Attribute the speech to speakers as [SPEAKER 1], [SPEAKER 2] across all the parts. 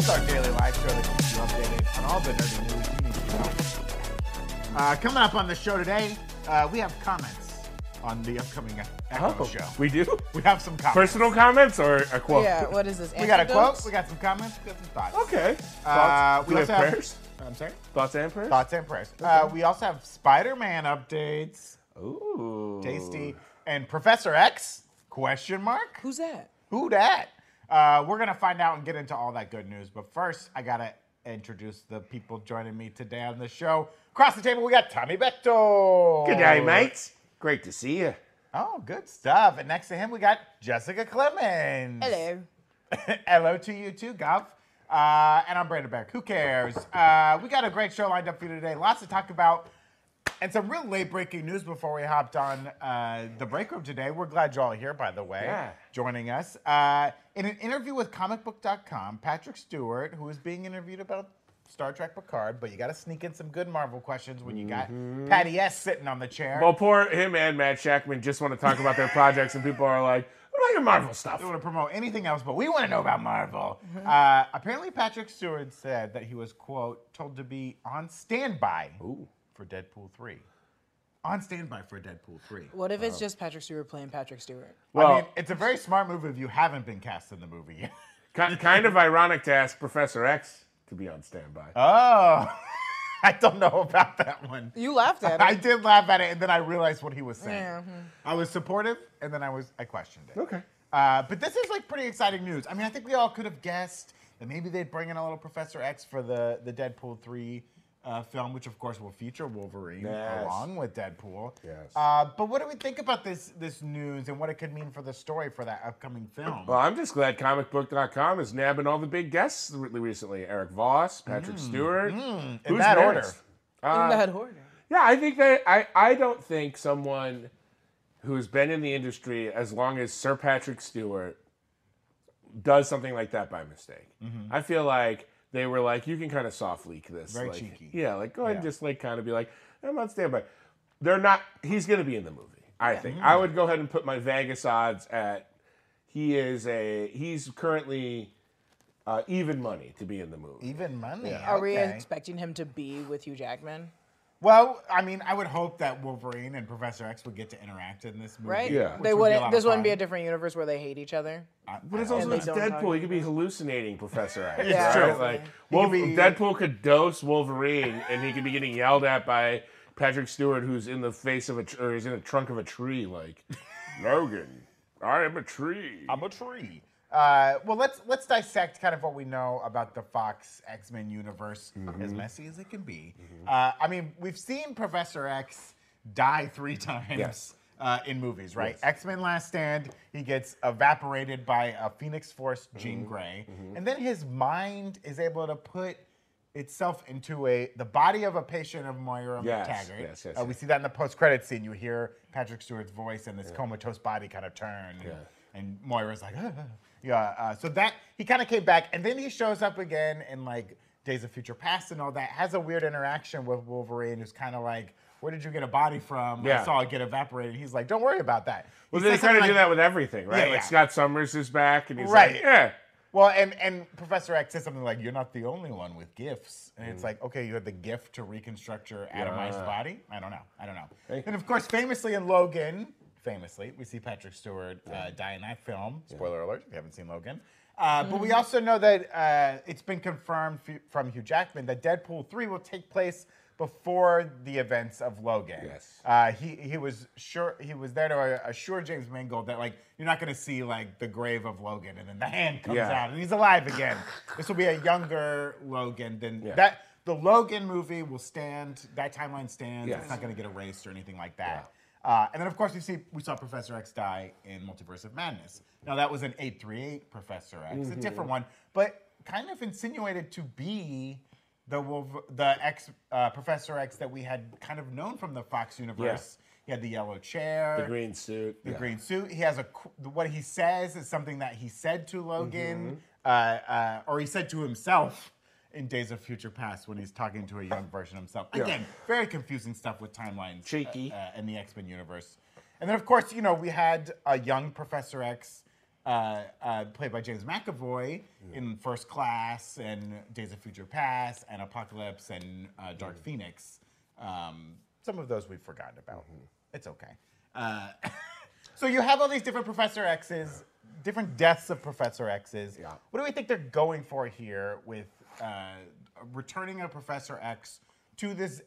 [SPEAKER 1] live show that keeps you updated on all the nerdy news you need to know. Uh, coming up on the show today, uh, we have comments on the upcoming Echo
[SPEAKER 2] Oh,
[SPEAKER 1] show.
[SPEAKER 2] we do?
[SPEAKER 1] We have some comments.
[SPEAKER 2] Personal comments or a quote?
[SPEAKER 3] Yeah, what is this?
[SPEAKER 1] Oh. we got a quote.
[SPEAKER 3] antidotes?
[SPEAKER 1] We got some comments. We got some thoughts.
[SPEAKER 2] Okay.
[SPEAKER 1] Uh,
[SPEAKER 2] Thoughts?
[SPEAKER 1] we
[SPEAKER 2] Do
[SPEAKER 1] also
[SPEAKER 2] have
[SPEAKER 1] have-
[SPEAKER 2] prayers?
[SPEAKER 1] I'm sorry.
[SPEAKER 2] Thoughts and prayers?
[SPEAKER 1] Thoughts and prayers. Uh, we also have Spider-Man updates.
[SPEAKER 2] Ooh.
[SPEAKER 1] Tasty and Professor X? Question mark.
[SPEAKER 3] Who's that?
[SPEAKER 1] Who dat? Uh, we're gonna find out and get into all that good news. But first, I gotta introduce the people joining me today on the show. Across the table, we got Tommy Bechtel.
[SPEAKER 2] Good day, mates. Great to see you.
[SPEAKER 1] Oh, good stuff. And next to him, we got Jessica Clemens.
[SPEAKER 3] Hello.
[SPEAKER 1] Hello to you too, Gov. Uh, and I'm Brandon Beck. Who cares? Uh, we got a great show lined up for you today. Lots to talk about and some real late breaking news before we hopped on uh, the break room today. We're glad you're all here, by the way,
[SPEAKER 2] Yeah.
[SPEAKER 1] joining us. Uh, in an interview with comicbook.com, Patrick Stewart, who is being interviewed about Star Trek Picard, but you got to sneak in some good Marvel questions when you got Patty S sitting on the chair.
[SPEAKER 2] Well, poor him and Matt Shackman just want to talk about their projects, and people are like, what about your Marvel stuff?
[SPEAKER 1] don't want to promote anything else, but we want to know about Marvel. Uh, apparently, Patrick Stewart said that he was, quote, told to be on standby
[SPEAKER 2] Ooh.
[SPEAKER 1] for Deadpool 3. On standby for Deadpool 3.
[SPEAKER 3] What if it's just Patrick Stewart playing Patrick Stewart?
[SPEAKER 2] Well,
[SPEAKER 1] I mean, it's a very smart move if you haven't been cast in the movie yet.
[SPEAKER 2] ki- kind of ironic to ask Professor X to be on standby.
[SPEAKER 1] Oh, I don't know about that one.
[SPEAKER 3] You laughed at
[SPEAKER 1] I
[SPEAKER 3] it.
[SPEAKER 1] did laugh at it, and then I realized what he was saying.
[SPEAKER 3] Yeah,
[SPEAKER 1] I was supportive, and then I was I questioned it.
[SPEAKER 2] Okay.
[SPEAKER 1] Uh, but this is like pretty exciting news. I mean, I think we all could have guessed that maybe they'd bring in a little Professor X for the the Deadpool three uh, film, which of course will feature Wolverine
[SPEAKER 2] Yes.
[SPEAKER 1] along with Deadpool.
[SPEAKER 2] Yes.
[SPEAKER 1] Uh, but what do we think about this this news and what it could mean for the story for that upcoming film?
[SPEAKER 2] Well, I'm just glad comicbook.com is nabbing all the big guests re- recently. Eric Voss, Patrick Stewart.
[SPEAKER 1] in that order. Uh,
[SPEAKER 3] In that order.
[SPEAKER 2] Yeah, I think that I, I don't think someone who's been in the industry as long as Sir Patrick Stewart does something like that by mistake. I feel like they were like, you can kind of soft leak this.
[SPEAKER 1] Mm-hmm. Very
[SPEAKER 2] like,
[SPEAKER 1] cheeky.
[SPEAKER 2] Yeah, like go ahead and
[SPEAKER 1] Yeah.
[SPEAKER 2] just like kind of be like, I'm on standby. They're not he's gonna be in the movie, I think.
[SPEAKER 1] Mm-hmm.
[SPEAKER 2] I would go ahead and put my Vegas odds at he is a he's currently uh, even money to be in the movie.
[SPEAKER 1] Even money.
[SPEAKER 3] Are we
[SPEAKER 1] okay.
[SPEAKER 3] expecting him to be with Hugh Jackman?
[SPEAKER 1] Well, I mean, I would hope that Wolverine and Professor X would get to interact in this movie.
[SPEAKER 3] Right?
[SPEAKER 2] Yeah.
[SPEAKER 1] which
[SPEAKER 2] They
[SPEAKER 1] would be
[SPEAKER 3] They
[SPEAKER 1] a
[SPEAKER 3] wouldn't.
[SPEAKER 1] lot of
[SPEAKER 3] This wouldn't be a
[SPEAKER 1] fun.
[SPEAKER 3] different universe where they hate each other.
[SPEAKER 1] I-
[SPEAKER 2] But it's
[SPEAKER 1] I
[SPEAKER 2] also
[SPEAKER 1] don't know.
[SPEAKER 2] it's
[SPEAKER 3] don't talk
[SPEAKER 2] Deadpool. He could be hallucinating Professor X.
[SPEAKER 3] Yeah.
[SPEAKER 2] right?
[SPEAKER 3] It's true.
[SPEAKER 2] Like
[SPEAKER 1] He could
[SPEAKER 2] Wolver-
[SPEAKER 1] be-
[SPEAKER 2] Deadpool could dose Wolverine, and he could be getting yelled at by Patrick Stewart, who's in the face of a tr- or he's in the trunk of a tree. Like Logan, I am a tree.
[SPEAKER 1] I'm a tree. Uh, well, let's let's dissect kind of what we know about the Fox X Men universe,
[SPEAKER 2] Mm-hmm.
[SPEAKER 1] as messy as it can be. Uh, I mean, we've seen Professor X die three times
[SPEAKER 2] Yes.
[SPEAKER 1] uh, in movies, right?
[SPEAKER 2] Yes.
[SPEAKER 1] X Men: Last Stand, he gets evaporated by a Phoenix Force
[SPEAKER 2] Mm-hmm.
[SPEAKER 1] Jean gray and then his mind is able to put itself into a the body of a patient of Moira
[SPEAKER 2] Yes,
[SPEAKER 1] McTaggart.
[SPEAKER 2] yes, yes,
[SPEAKER 1] Uh, we
[SPEAKER 2] yes.
[SPEAKER 1] see that in the post-credit scene. You hear Patrick Stewart's voice and this comatose body kind of turn. and-
[SPEAKER 2] Yeah.
[SPEAKER 1] And Moira's like, "Ah, ah." yeah. Uh, so that he kind of came back, and then he shows up again in like Days of Future Past and all that. Has a weird interaction with Wolverine, who's kind of like, "Where did you get a body from? I
[SPEAKER 2] Yeah.
[SPEAKER 1] saw it get evaporated." He's like, "Don't worry about that."
[SPEAKER 2] well,
[SPEAKER 1] He
[SPEAKER 2] they
[SPEAKER 1] says
[SPEAKER 2] kind of
[SPEAKER 1] something
[SPEAKER 2] do
[SPEAKER 1] like-
[SPEAKER 2] that with everything, right?
[SPEAKER 1] Yeah,
[SPEAKER 2] Like
[SPEAKER 1] yeah.
[SPEAKER 2] Scott Summers is back, and he's
[SPEAKER 1] Right.
[SPEAKER 2] like, yeah.
[SPEAKER 1] Well, and and Professor X says something like, "You're not the only one with gifts," and it's like, okay, you had the gift to reconstruct your atomized
[SPEAKER 2] Mm. Yeah.
[SPEAKER 1] body. I don't know. I don't know.
[SPEAKER 2] Hey.
[SPEAKER 1] And of course, famously in Logan, famously, we see Patrick Stewart uh, die in that film. Spoiler alert: if you haven't seen Logan. Uh, But we also know that uh, it's been confirmed f- from Hugh Jackman that Deadpool three will take place before the events of Logan.
[SPEAKER 2] Yes.
[SPEAKER 1] Uh, he he was sure he was there to assure James Mangold that like you're not gonna see like the grave of Logan and then the hand comes
[SPEAKER 2] Yeah.
[SPEAKER 1] out and he's alive again. this will be a younger Logan than
[SPEAKER 2] Yeah.
[SPEAKER 1] that. The Logan movie will stand. That timeline stands. It's
[SPEAKER 2] Yes.
[SPEAKER 1] not gonna get erased or anything like that. Uh, and then of course we see we saw Professor X die in Multiverse of Madness. Now that was an 838 Professor X,
[SPEAKER 2] Mm-hmm.
[SPEAKER 1] a different one, but kind of insinuated to be. The, Wolver- the X uh, Professor X that we had kind of known from the Fox universe, he had the yellow chair,
[SPEAKER 2] The green suit.
[SPEAKER 1] the
[SPEAKER 2] yeah.
[SPEAKER 1] green suit. He has a qu- what he says is something that he said to Logan,
[SPEAKER 2] Mm-hmm.
[SPEAKER 1] uh, uh, or he said to himself in Days of Future Past when he's talking to a young version of himself. Again, very confusing stuff with timelines,
[SPEAKER 2] Cheeky.
[SPEAKER 1] uh, uh, in the X Men universe. And then of course, you know, we had a young Professor X uh, uh, played by James McAvoy in First Class and Days of Future Past and Apocalypse and uh,
[SPEAKER 2] Mm-hmm.
[SPEAKER 1] Dark Phoenix. Um, some of those we've forgotten about.
[SPEAKER 2] Mm-hmm.
[SPEAKER 1] It's okay. Uh, so you have all these different Professor X's, different deaths of Professor X's.
[SPEAKER 2] Yeah.
[SPEAKER 1] What do we think they're going for here with uh, returning a Professor X to this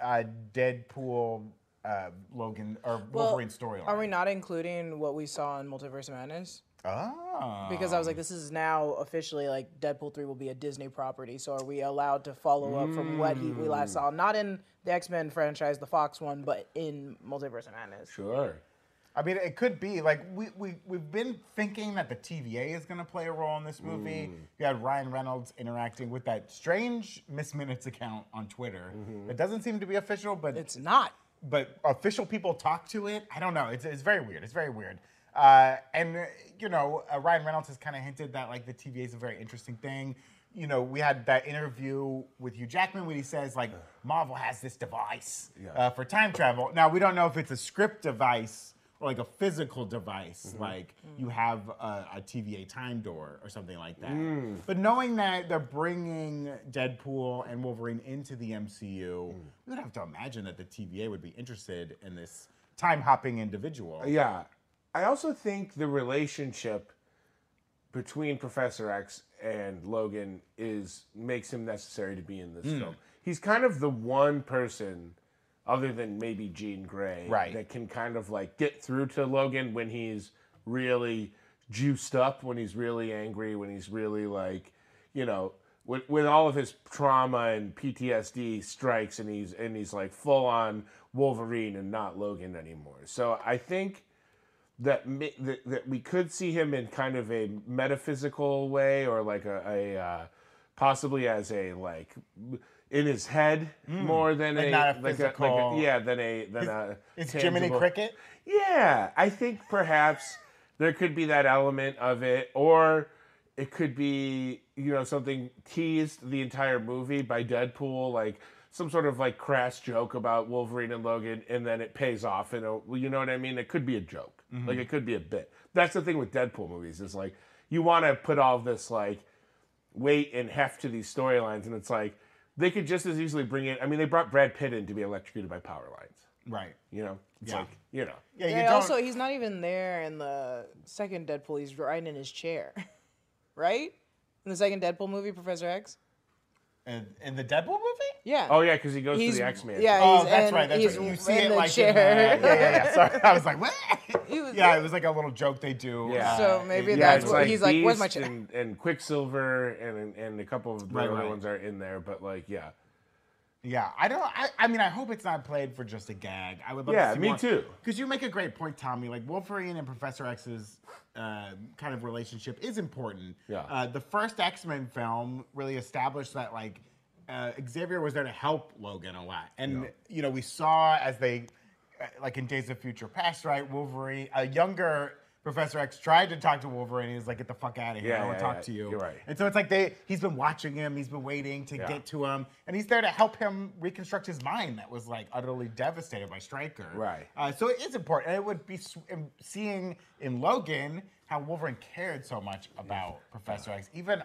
[SPEAKER 1] uh, Deadpool uh, Logan or Wolverine storyline?
[SPEAKER 3] Are we not including what we saw in Multiverse of Madness?
[SPEAKER 1] Oh.
[SPEAKER 3] Because I was like, this is now officially like Deadpool three will be a Disney property. So are we allowed to follow up from what he, we last saw? Not in the X Men franchise, the Fox one, but in Multiverse of Madness.
[SPEAKER 2] Sure.
[SPEAKER 1] I mean, it could be like we we we've been thinking that the TVA is going to play a role in this movie. You had Ryan Reynolds interacting with that strange Miss Minutes account on Twitter. It doesn't seem to be official, but
[SPEAKER 3] It's not.
[SPEAKER 1] but official people talk to it. I don't know. It's it's very weird. It's very weird. Uh, and uh, you know, uh, Ryan Reynolds has kind of hinted that like the TVA is a very interesting thing. You know, we had that interview with Hugh Jackman when he says like Marvel has this device uh, for time travel. Now we don't know if it's a script device or like a physical device,
[SPEAKER 2] Mm-hmm.
[SPEAKER 1] like
[SPEAKER 2] Mm.
[SPEAKER 1] you have a, a TVA time door or something like that.
[SPEAKER 2] Mm.
[SPEAKER 1] But knowing that they're bringing Deadpool and Wolverine into the MCU,
[SPEAKER 2] Mm.
[SPEAKER 1] we would have to imagine that the TVA would be interested in this time hopping individual.
[SPEAKER 2] Yeah. I also think the relationship between Professor X and Logan is makes him necessary to be in this film. He's kind of the one person other than maybe Jean Grey
[SPEAKER 1] Right.
[SPEAKER 2] that can kind of like get through to Logan when he's really juiced up, when he's really angry, when he's really like, you know, when, when all of his trauma and PTSD strikes and he's and he's like full on Wolverine and not Logan anymore. So I think that, ma- that that we could see him in kind of a metaphysical way or like a, a uh, possibly as a like in his head more than a,
[SPEAKER 1] Hmm. not a
[SPEAKER 2] like a- like a
[SPEAKER 1] physical-
[SPEAKER 2] yeah than a than a
[SPEAKER 1] It's Jiminy
[SPEAKER 2] tangible-
[SPEAKER 1] Cricket.
[SPEAKER 2] yeah, I think perhaps there could be that element of it, or it could be you know something teased the entire movie by Deadpool, like some sort of like crass joke about Wolverine and Logan, and then it pays off. And you know what I mean? It could be a joke, like it could be a bit. That's the thing with Deadpool movies is like you want to put all this like weight and heft to these storylines, and it's like they could just as easily bring in. I mean, they brought Brad Pitt in to be electrocuted by power lines.
[SPEAKER 1] Right.
[SPEAKER 2] You know, it's
[SPEAKER 1] Yeah.
[SPEAKER 2] like you know.
[SPEAKER 1] Yeah, you
[SPEAKER 3] Yeah,
[SPEAKER 1] don't.
[SPEAKER 3] also, he's not even there in the second Deadpool. He's riding in his chair, right? In the second Deadpool movie, Professor X.
[SPEAKER 1] in, in the Deadpool movie?
[SPEAKER 3] Yeah.
[SPEAKER 2] Oh yeah, because he goes to the X Men.
[SPEAKER 3] Yeah,
[SPEAKER 1] Oh,
[SPEAKER 3] he's
[SPEAKER 1] that's
[SPEAKER 3] in-
[SPEAKER 1] right. That's
[SPEAKER 3] he's
[SPEAKER 1] right. You see
[SPEAKER 3] in
[SPEAKER 1] it
[SPEAKER 3] the
[SPEAKER 1] like in
[SPEAKER 3] chair.
[SPEAKER 1] the- yeah, yeah, yeah. Sorry, I was like, what?
[SPEAKER 3] He was
[SPEAKER 1] yeah,
[SPEAKER 3] there.
[SPEAKER 1] it was like a little joke they do.
[SPEAKER 2] Yeah.
[SPEAKER 3] So maybe
[SPEAKER 1] in-
[SPEAKER 2] yeah,
[SPEAKER 3] that's
[SPEAKER 2] it's
[SPEAKER 3] what
[SPEAKER 2] like
[SPEAKER 3] he's like, "Where's my
[SPEAKER 2] Beast
[SPEAKER 3] chair?"
[SPEAKER 2] And, and Quicksilver and and a couple of the
[SPEAKER 1] Right,
[SPEAKER 2] other
[SPEAKER 1] right.
[SPEAKER 2] ones are in there, but like yeah,
[SPEAKER 1] Yeah, I don't. I, I mean, I hope it's not played for just a gag. I would love
[SPEAKER 2] Yeah,
[SPEAKER 1] to see
[SPEAKER 2] me
[SPEAKER 1] more.
[SPEAKER 2] too.
[SPEAKER 1] Because you make a great point, Tommy. Like Wolverine and Professor X's uh, kind of relationship is important.
[SPEAKER 2] Yeah.
[SPEAKER 1] Uh, the first X Men film really established that like uh, Xavier was there to help Logan a lot, and you know we saw as they uh, like in Days of Future Past, right? Wolverine, a younger Professor X tried to talk to Wolverine. He was like, "Get the fuck out of here!
[SPEAKER 2] Yeah,
[SPEAKER 1] I don't
[SPEAKER 2] yeah,
[SPEAKER 1] want to talk
[SPEAKER 2] yeah.
[SPEAKER 1] to you."
[SPEAKER 2] You're right.
[SPEAKER 1] And so it's like they he's been watching him, he's been waiting to
[SPEAKER 2] Yeah.
[SPEAKER 1] get to him, and he's there to help him reconstruct his mind that was like utterly devastated by Stryker.
[SPEAKER 2] Right.
[SPEAKER 1] Uh, so it is important, and it would be s- um, seeing in Logan how Wolverine cared so much about Professor X, even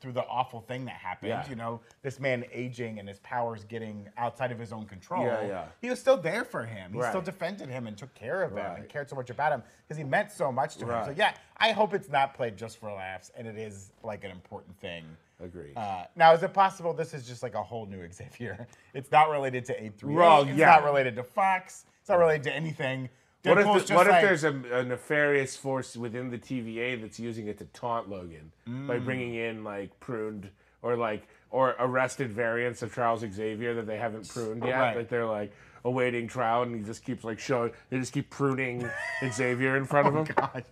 [SPEAKER 1] through the awful thing that happened.
[SPEAKER 2] Yeah.
[SPEAKER 1] You know, this man aging and his powers getting outside of his own control.
[SPEAKER 2] Yeah, yeah.
[SPEAKER 1] He was still there for him. He still
[SPEAKER 2] Right.
[SPEAKER 1] defended him and took care of him and
[SPEAKER 2] Right.
[SPEAKER 1] cared so much about him because he meant so much to him. So
[SPEAKER 2] Right.
[SPEAKER 1] yeah, I hope it's not played just for laughs, and it is like an important thing.
[SPEAKER 2] Agreed.
[SPEAKER 1] Uh, now, is it possible this is just like a whole new Xavier? It's not related to A three.
[SPEAKER 2] Well,
[SPEAKER 1] It's
[SPEAKER 2] yeah.
[SPEAKER 1] not related to Fox. It's not related to anything.
[SPEAKER 2] what if
[SPEAKER 1] Deadpool's
[SPEAKER 2] the-
[SPEAKER 1] just
[SPEAKER 2] what
[SPEAKER 1] like-
[SPEAKER 2] if there's a, a nefarious force within the TVA that's using it to taunt Logan
[SPEAKER 1] Mm.
[SPEAKER 2] by bringing in like pruned or like or arrested variants of Charles Xavier that they haven't pruned yet,
[SPEAKER 1] Right.
[SPEAKER 2] like they're like awaiting trial and he just keeps like showing they just keep pruning Xavier in front of him.
[SPEAKER 1] God.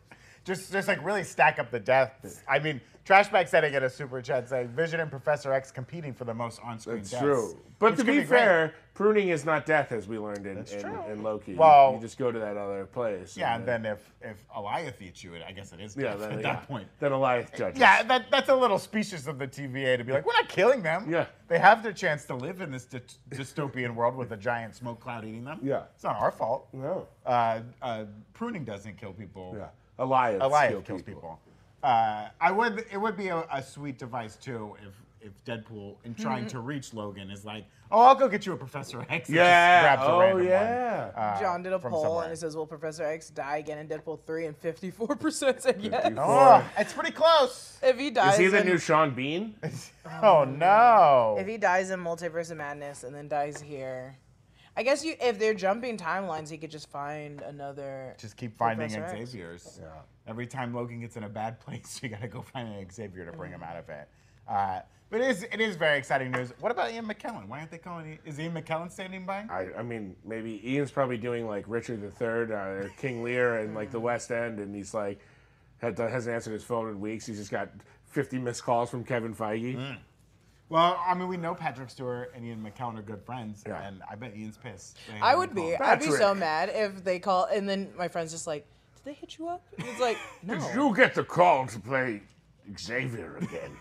[SPEAKER 1] Just, just like really stack up the deaths. I mean, Trashback said it in a super chat saying Vision and Professor X competing for the most on-screen
[SPEAKER 2] It's
[SPEAKER 1] deaths.
[SPEAKER 2] true. But
[SPEAKER 1] which
[SPEAKER 2] to
[SPEAKER 1] could
[SPEAKER 2] be,
[SPEAKER 1] great.
[SPEAKER 2] fair, pruning is not death, as we learned in, in,
[SPEAKER 1] true.
[SPEAKER 2] in Loki. You-
[SPEAKER 1] Well-
[SPEAKER 2] you just go to that other place.
[SPEAKER 1] yeah. And then if if Eliath eats you, it I guess it is
[SPEAKER 2] yeah,
[SPEAKER 1] death
[SPEAKER 2] then,
[SPEAKER 1] at
[SPEAKER 2] yeah.
[SPEAKER 1] that point.
[SPEAKER 2] Then Eliath judges.
[SPEAKER 1] Yeah, that, that's a little specious of the TVA to be like, we're not killing them.
[SPEAKER 2] Yeah.
[SPEAKER 1] They have their chance to live in this dy- dystopian world with a giant smoke cloud eating them.
[SPEAKER 2] Yeah.
[SPEAKER 1] It's not our fault.
[SPEAKER 2] No.
[SPEAKER 1] Uh, uh, pruning doesn't kill people.
[SPEAKER 2] Yeah. Elias,
[SPEAKER 1] Elias
[SPEAKER 2] kill
[SPEAKER 1] kills people. Uh, I would. It would be a, a sweet device too if if Deadpool, in trying to reach Logan, is like, "Oh, I'll go get you a Professor X." and just
[SPEAKER 2] Yeah.
[SPEAKER 1] grabs a
[SPEAKER 2] Oh
[SPEAKER 1] random one,
[SPEAKER 2] yeah.
[SPEAKER 1] uh,
[SPEAKER 3] John did a
[SPEAKER 1] from
[SPEAKER 3] poll
[SPEAKER 1] somewhere.
[SPEAKER 3] and it says, "Will Professor X die again in Deadpool 3?" And 54% said yes.
[SPEAKER 1] Oh, it's pretty close.
[SPEAKER 3] If he dies,
[SPEAKER 2] Oh. Is he the
[SPEAKER 3] in,
[SPEAKER 2] new Sean Bean?
[SPEAKER 1] Oh no.
[SPEAKER 3] if he dies in Multiverse of Madness and then dies here, I guess you if they're jumping timelines, he could just find another.
[SPEAKER 1] Just keep finding
[SPEAKER 3] Professor X.
[SPEAKER 1] Xavier's.
[SPEAKER 2] Yeah.
[SPEAKER 1] Every time Logan gets in a bad place, you gotta go find an Xavier to bring him
[SPEAKER 3] Mm-hmm.
[SPEAKER 1] out of it. Uh, but it is, it is very exciting news. What about Ian McKellen? Why aren't they calling? Is Ian McKellen standing by?
[SPEAKER 2] I, I mean, maybe Ian's probably doing like Richard III or King Lear and like the West End, and he's like had, hasn't answered his phone in weeks. He's just got 50 missed calls from Kevin
[SPEAKER 1] Mm.
[SPEAKER 2] Feige.
[SPEAKER 1] Well, I mean, we know Patrick Stewart and Ian McKellen are good friends,
[SPEAKER 2] Yeah.
[SPEAKER 1] and I bet Ian's pissed. that he
[SPEAKER 3] I
[SPEAKER 1] didn't
[SPEAKER 3] would be.
[SPEAKER 1] call.
[SPEAKER 3] I'd be so
[SPEAKER 2] Patrick.
[SPEAKER 3] mad if they call and then my friend's just like, "Did they hit you up?" It's like, "No."
[SPEAKER 2] Did you get the call to play Xavier again?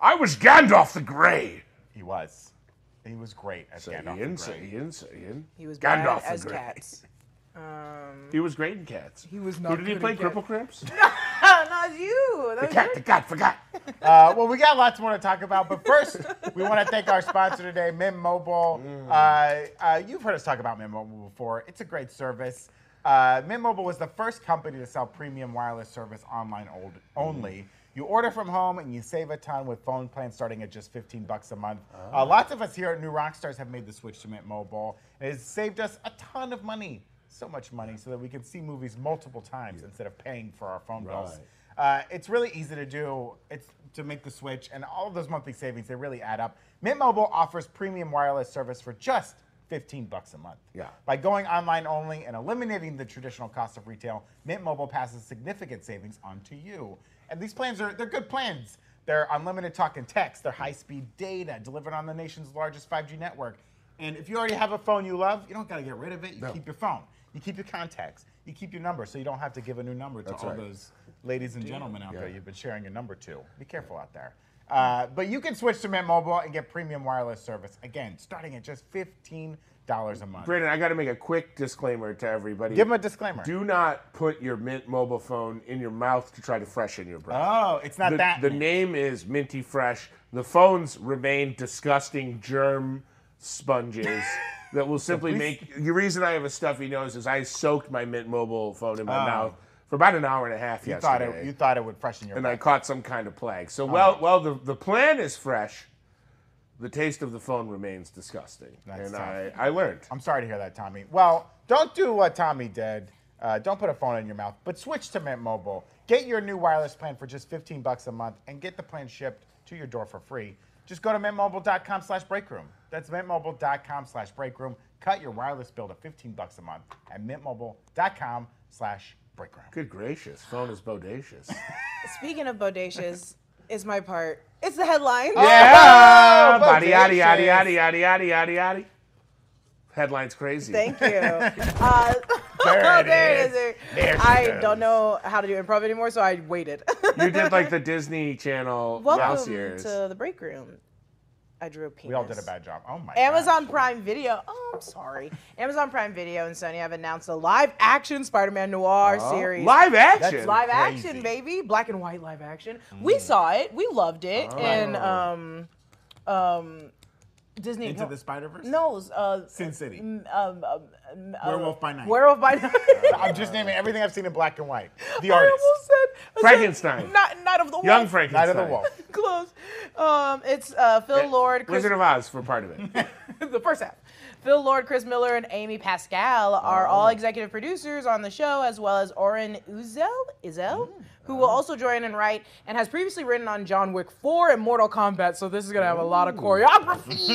[SPEAKER 2] I was Gandalf the Grey.
[SPEAKER 1] He was. He was great at
[SPEAKER 2] So
[SPEAKER 1] Gandalf the
[SPEAKER 2] Ian,
[SPEAKER 1] Grey.
[SPEAKER 2] so Ian, so Ian.
[SPEAKER 3] He was bad
[SPEAKER 2] Gandalf the
[SPEAKER 3] as
[SPEAKER 2] Grey.
[SPEAKER 3] cats. Um,
[SPEAKER 2] He was great in Cats. He
[SPEAKER 3] was
[SPEAKER 2] Who
[SPEAKER 3] not
[SPEAKER 2] did he
[SPEAKER 3] good
[SPEAKER 2] play?
[SPEAKER 3] in Cats.
[SPEAKER 2] Cripple Cramps?
[SPEAKER 3] not you. That
[SPEAKER 2] the
[SPEAKER 3] was
[SPEAKER 2] cat, the cat, forgot.
[SPEAKER 1] Uh, well, we got lots more to talk about, but first, we want to thank our sponsor today, Mim Mobile. Uh, uh, you've heard us talk about Mim Mobile before. It's a great service. Uh, Mint Mobile was the first company to sell premium wireless service online old, only. You order from home and you save a ton with phone plans starting at just 15 bucks a month. Uh, lots of us here at New Rockstars have made the switch to Mint Mobile, and it's saved us a ton of money. So much money so that we can see movies multiple times instead of paying for our phone bills.
[SPEAKER 2] Right.
[SPEAKER 1] Uh, it's really easy to do. It's to make the switch, and all of those monthly savings they really add up. Mint Mobile offers premium wireless service for just 15 bucks a month.
[SPEAKER 2] Yeah.
[SPEAKER 1] By going online only and eliminating the traditional cost of retail, Mint Mobile passes significant savings on to you. And these plans are they're good plans. They're unlimited talk and text, they're high-speed data delivered on the nation's largest 5G network. And if you already have a phone you love, you don't got to get rid of it. You keep your phone. You keep your contacts. You keep your number so you don't have to give a new number to all
[SPEAKER 2] right.
[SPEAKER 1] those ladies and gentlemen out there you've been sharing your number to. Be careful out there. Uh, but you can switch to Mint Mobile and get premium wireless service. Again, starting at just $15 a month.
[SPEAKER 2] Brandon, I got to make a quick disclaimer to everybody.
[SPEAKER 1] Give him a disclaimer.
[SPEAKER 2] Do not put your Mint mobile phone in your mouth to try to freshen your breath.
[SPEAKER 1] oh, it's not
[SPEAKER 2] the,
[SPEAKER 1] that.
[SPEAKER 2] the
[SPEAKER 1] Mint.
[SPEAKER 2] name is Minty Fresh. The phones remain disgusting germ sponges that will simply make. The reason I have a stuffy nose is I soaked my Mint mobile phone in my
[SPEAKER 1] Oh.
[SPEAKER 2] mouth for about an hour and a half
[SPEAKER 1] you thought
[SPEAKER 2] yesterday,
[SPEAKER 1] it, you Oh. thought it would freshen your
[SPEAKER 2] and I
[SPEAKER 1] breath.
[SPEAKER 2] caught some kind of plague. So well, well, the the plan is fresh. The taste of the phone remains disgusting,
[SPEAKER 1] That's
[SPEAKER 2] and
[SPEAKER 1] tough.
[SPEAKER 2] I, I learned.
[SPEAKER 1] I'm sorry to hear that, Tommy. Well, don't do what Tommy did. Uh, don't put a phone in your mouth, but switch to Mint Mobile. Get your new wireless plan for just 15 bucks a month and get the plan shipped to your door for free. Just go to mintmobile.com slash breakroom. That's mintmobile.com slash breakroom. Cut your wireless bill to 15 bucks a month at mintmobile.com slash breakroom.
[SPEAKER 2] Good gracious, phone is bodacious.
[SPEAKER 3] Speaking of bodacious, is my part. It's the headline.
[SPEAKER 2] Yeah,
[SPEAKER 1] Oh,
[SPEAKER 2] body, yaddy,
[SPEAKER 1] bodacious.
[SPEAKER 2] yaddy, yaddy, yaddy, yaddy, yaddy, yaddy. Headline's crazy.
[SPEAKER 3] Thank you. Uh,
[SPEAKER 2] There
[SPEAKER 3] there,
[SPEAKER 2] it
[SPEAKER 3] it
[SPEAKER 2] is.
[SPEAKER 3] is.
[SPEAKER 2] There she
[SPEAKER 3] I
[SPEAKER 2] goes.
[SPEAKER 3] don't know how to do improv anymore, so I waited.
[SPEAKER 2] You did like the Disney Channel mouse
[SPEAKER 3] Welcome
[SPEAKER 2] ears.
[SPEAKER 3] to the break room. I drew a penis.
[SPEAKER 1] We all did a bad job. Oh my
[SPEAKER 3] Amazon
[SPEAKER 1] gosh.
[SPEAKER 3] Prime Video. Oh, I'm sorry. Amazon Prime Video and Sony have announced a live action Spider-Man noir
[SPEAKER 2] Oh,
[SPEAKER 3] series.
[SPEAKER 2] Live action. Hmm.
[SPEAKER 1] That's
[SPEAKER 3] Live
[SPEAKER 1] Crazy.
[SPEAKER 3] action, baby. Black and white live action. We saw it. We loved it.
[SPEAKER 2] Oh.
[SPEAKER 3] And um, um, Disney.
[SPEAKER 1] Into the Spider-Verse?
[SPEAKER 3] No, uh,
[SPEAKER 1] Sin City.
[SPEAKER 3] um, um, um, uh,
[SPEAKER 1] Werewolf by Night.
[SPEAKER 3] Werewolf by Night.
[SPEAKER 1] I'm just naming everything I've seen in black and white. The
[SPEAKER 3] I
[SPEAKER 1] artist.
[SPEAKER 3] almost said- I said
[SPEAKER 2] Frankenstein.
[SPEAKER 3] Night, Night of the Wolf.
[SPEAKER 2] Young Frankenstein.
[SPEAKER 1] Night of the Wolf.
[SPEAKER 3] Close. Um, it's uh, Phil Lord, Chris,
[SPEAKER 2] Wizard of Oz for part of it.
[SPEAKER 3] the first half. Phil Lord, Chris Miller, and Amy Pascal are all executive producers on the show, as well as Oren Uzel, Izel, who will also join and write, and has previously written on John Wick 4 and Mortal Kombat. So this is gonna have a lot of choreography.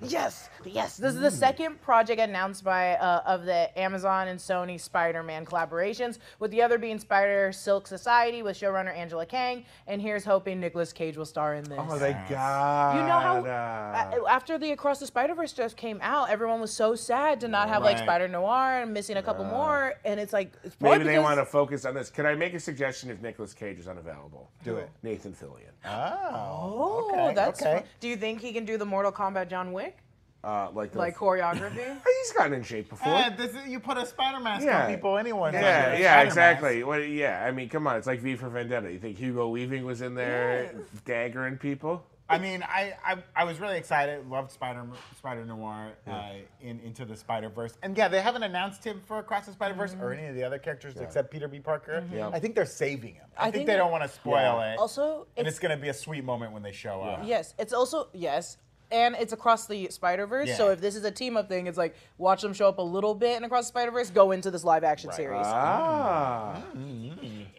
[SPEAKER 3] yes, yes. This is the second project announced by uh, of the Amazon and Sony Spider-Man collaborations, with the other being Spider Silk Society with showrunner Angela Kang. And here's hoping Nicolas Cage will star in this.
[SPEAKER 1] Oh
[SPEAKER 2] Oh, God.
[SPEAKER 3] You know
[SPEAKER 1] Uh,
[SPEAKER 3] how a- after the Across the Spider Verse stuff came out, everyone was so sad to not have like
[SPEAKER 1] Right.
[SPEAKER 3] Spider Noir and missing a couple more, and it's like it's probably
[SPEAKER 2] Maybe they
[SPEAKER 3] because-
[SPEAKER 2] want to focus on this. Can I make a suggestion if Nicolas Cage is unavailable? Do
[SPEAKER 1] it.
[SPEAKER 2] Nathan Fillion.
[SPEAKER 1] Oh.
[SPEAKER 3] Oh,
[SPEAKER 1] okay,
[SPEAKER 3] that's.
[SPEAKER 1] okay.
[SPEAKER 3] fu- Do you think he can do the Mortal Kombat John Wick?
[SPEAKER 2] uh, like the,
[SPEAKER 3] Like choreography.
[SPEAKER 2] he's gotten in shape before.
[SPEAKER 1] Yeah, this is, you put a spider mask
[SPEAKER 2] Yeah.
[SPEAKER 1] on Eh, people, anyone. has
[SPEAKER 2] Yeah,
[SPEAKER 1] a
[SPEAKER 2] yeah,
[SPEAKER 1] Spider
[SPEAKER 2] exactly.
[SPEAKER 1] mask.
[SPEAKER 2] What, yeah, I mean, come on, it's like V for Vendetta. You think Hugo Weaving was in there daggering people?
[SPEAKER 1] I mean, I, I I was really excited. Loved Spider Spider Noir uh, in Into the Spider Verse, and yeah, they haven't announced him for Across the Spider
[SPEAKER 3] Mm-hmm.
[SPEAKER 1] Verse or any of the other characters except Peter B. Parker.
[SPEAKER 2] Yeah.
[SPEAKER 1] I think they're saving him. I,
[SPEAKER 3] I
[SPEAKER 1] think,
[SPEAKER 3] think
[SPEAKER 1] they
[SPEAKER 3] it-
[SPEAKER 1] don't want to spoil it.
[SPEAKER 3] also,
[SPEAKER 1] and
[SPEAKER 3] it's
[SPEAKER 1] it's going to be a sweet moment when they show up.
[SPEAKER 3] Yes, it's also yes, and it's across the Spider Verse. So
[SPEAKER 1] Yeah.
[SPEAKER 3] if this is a team up thing, it's like watch them show up a little bit and across the Spider Verse go into this live action
[SPEAKER 1] Mm-hmm.
[SPEAKER 3] series.
[SPEAKER 2] Ah,
[SPEAKER 1] Oh,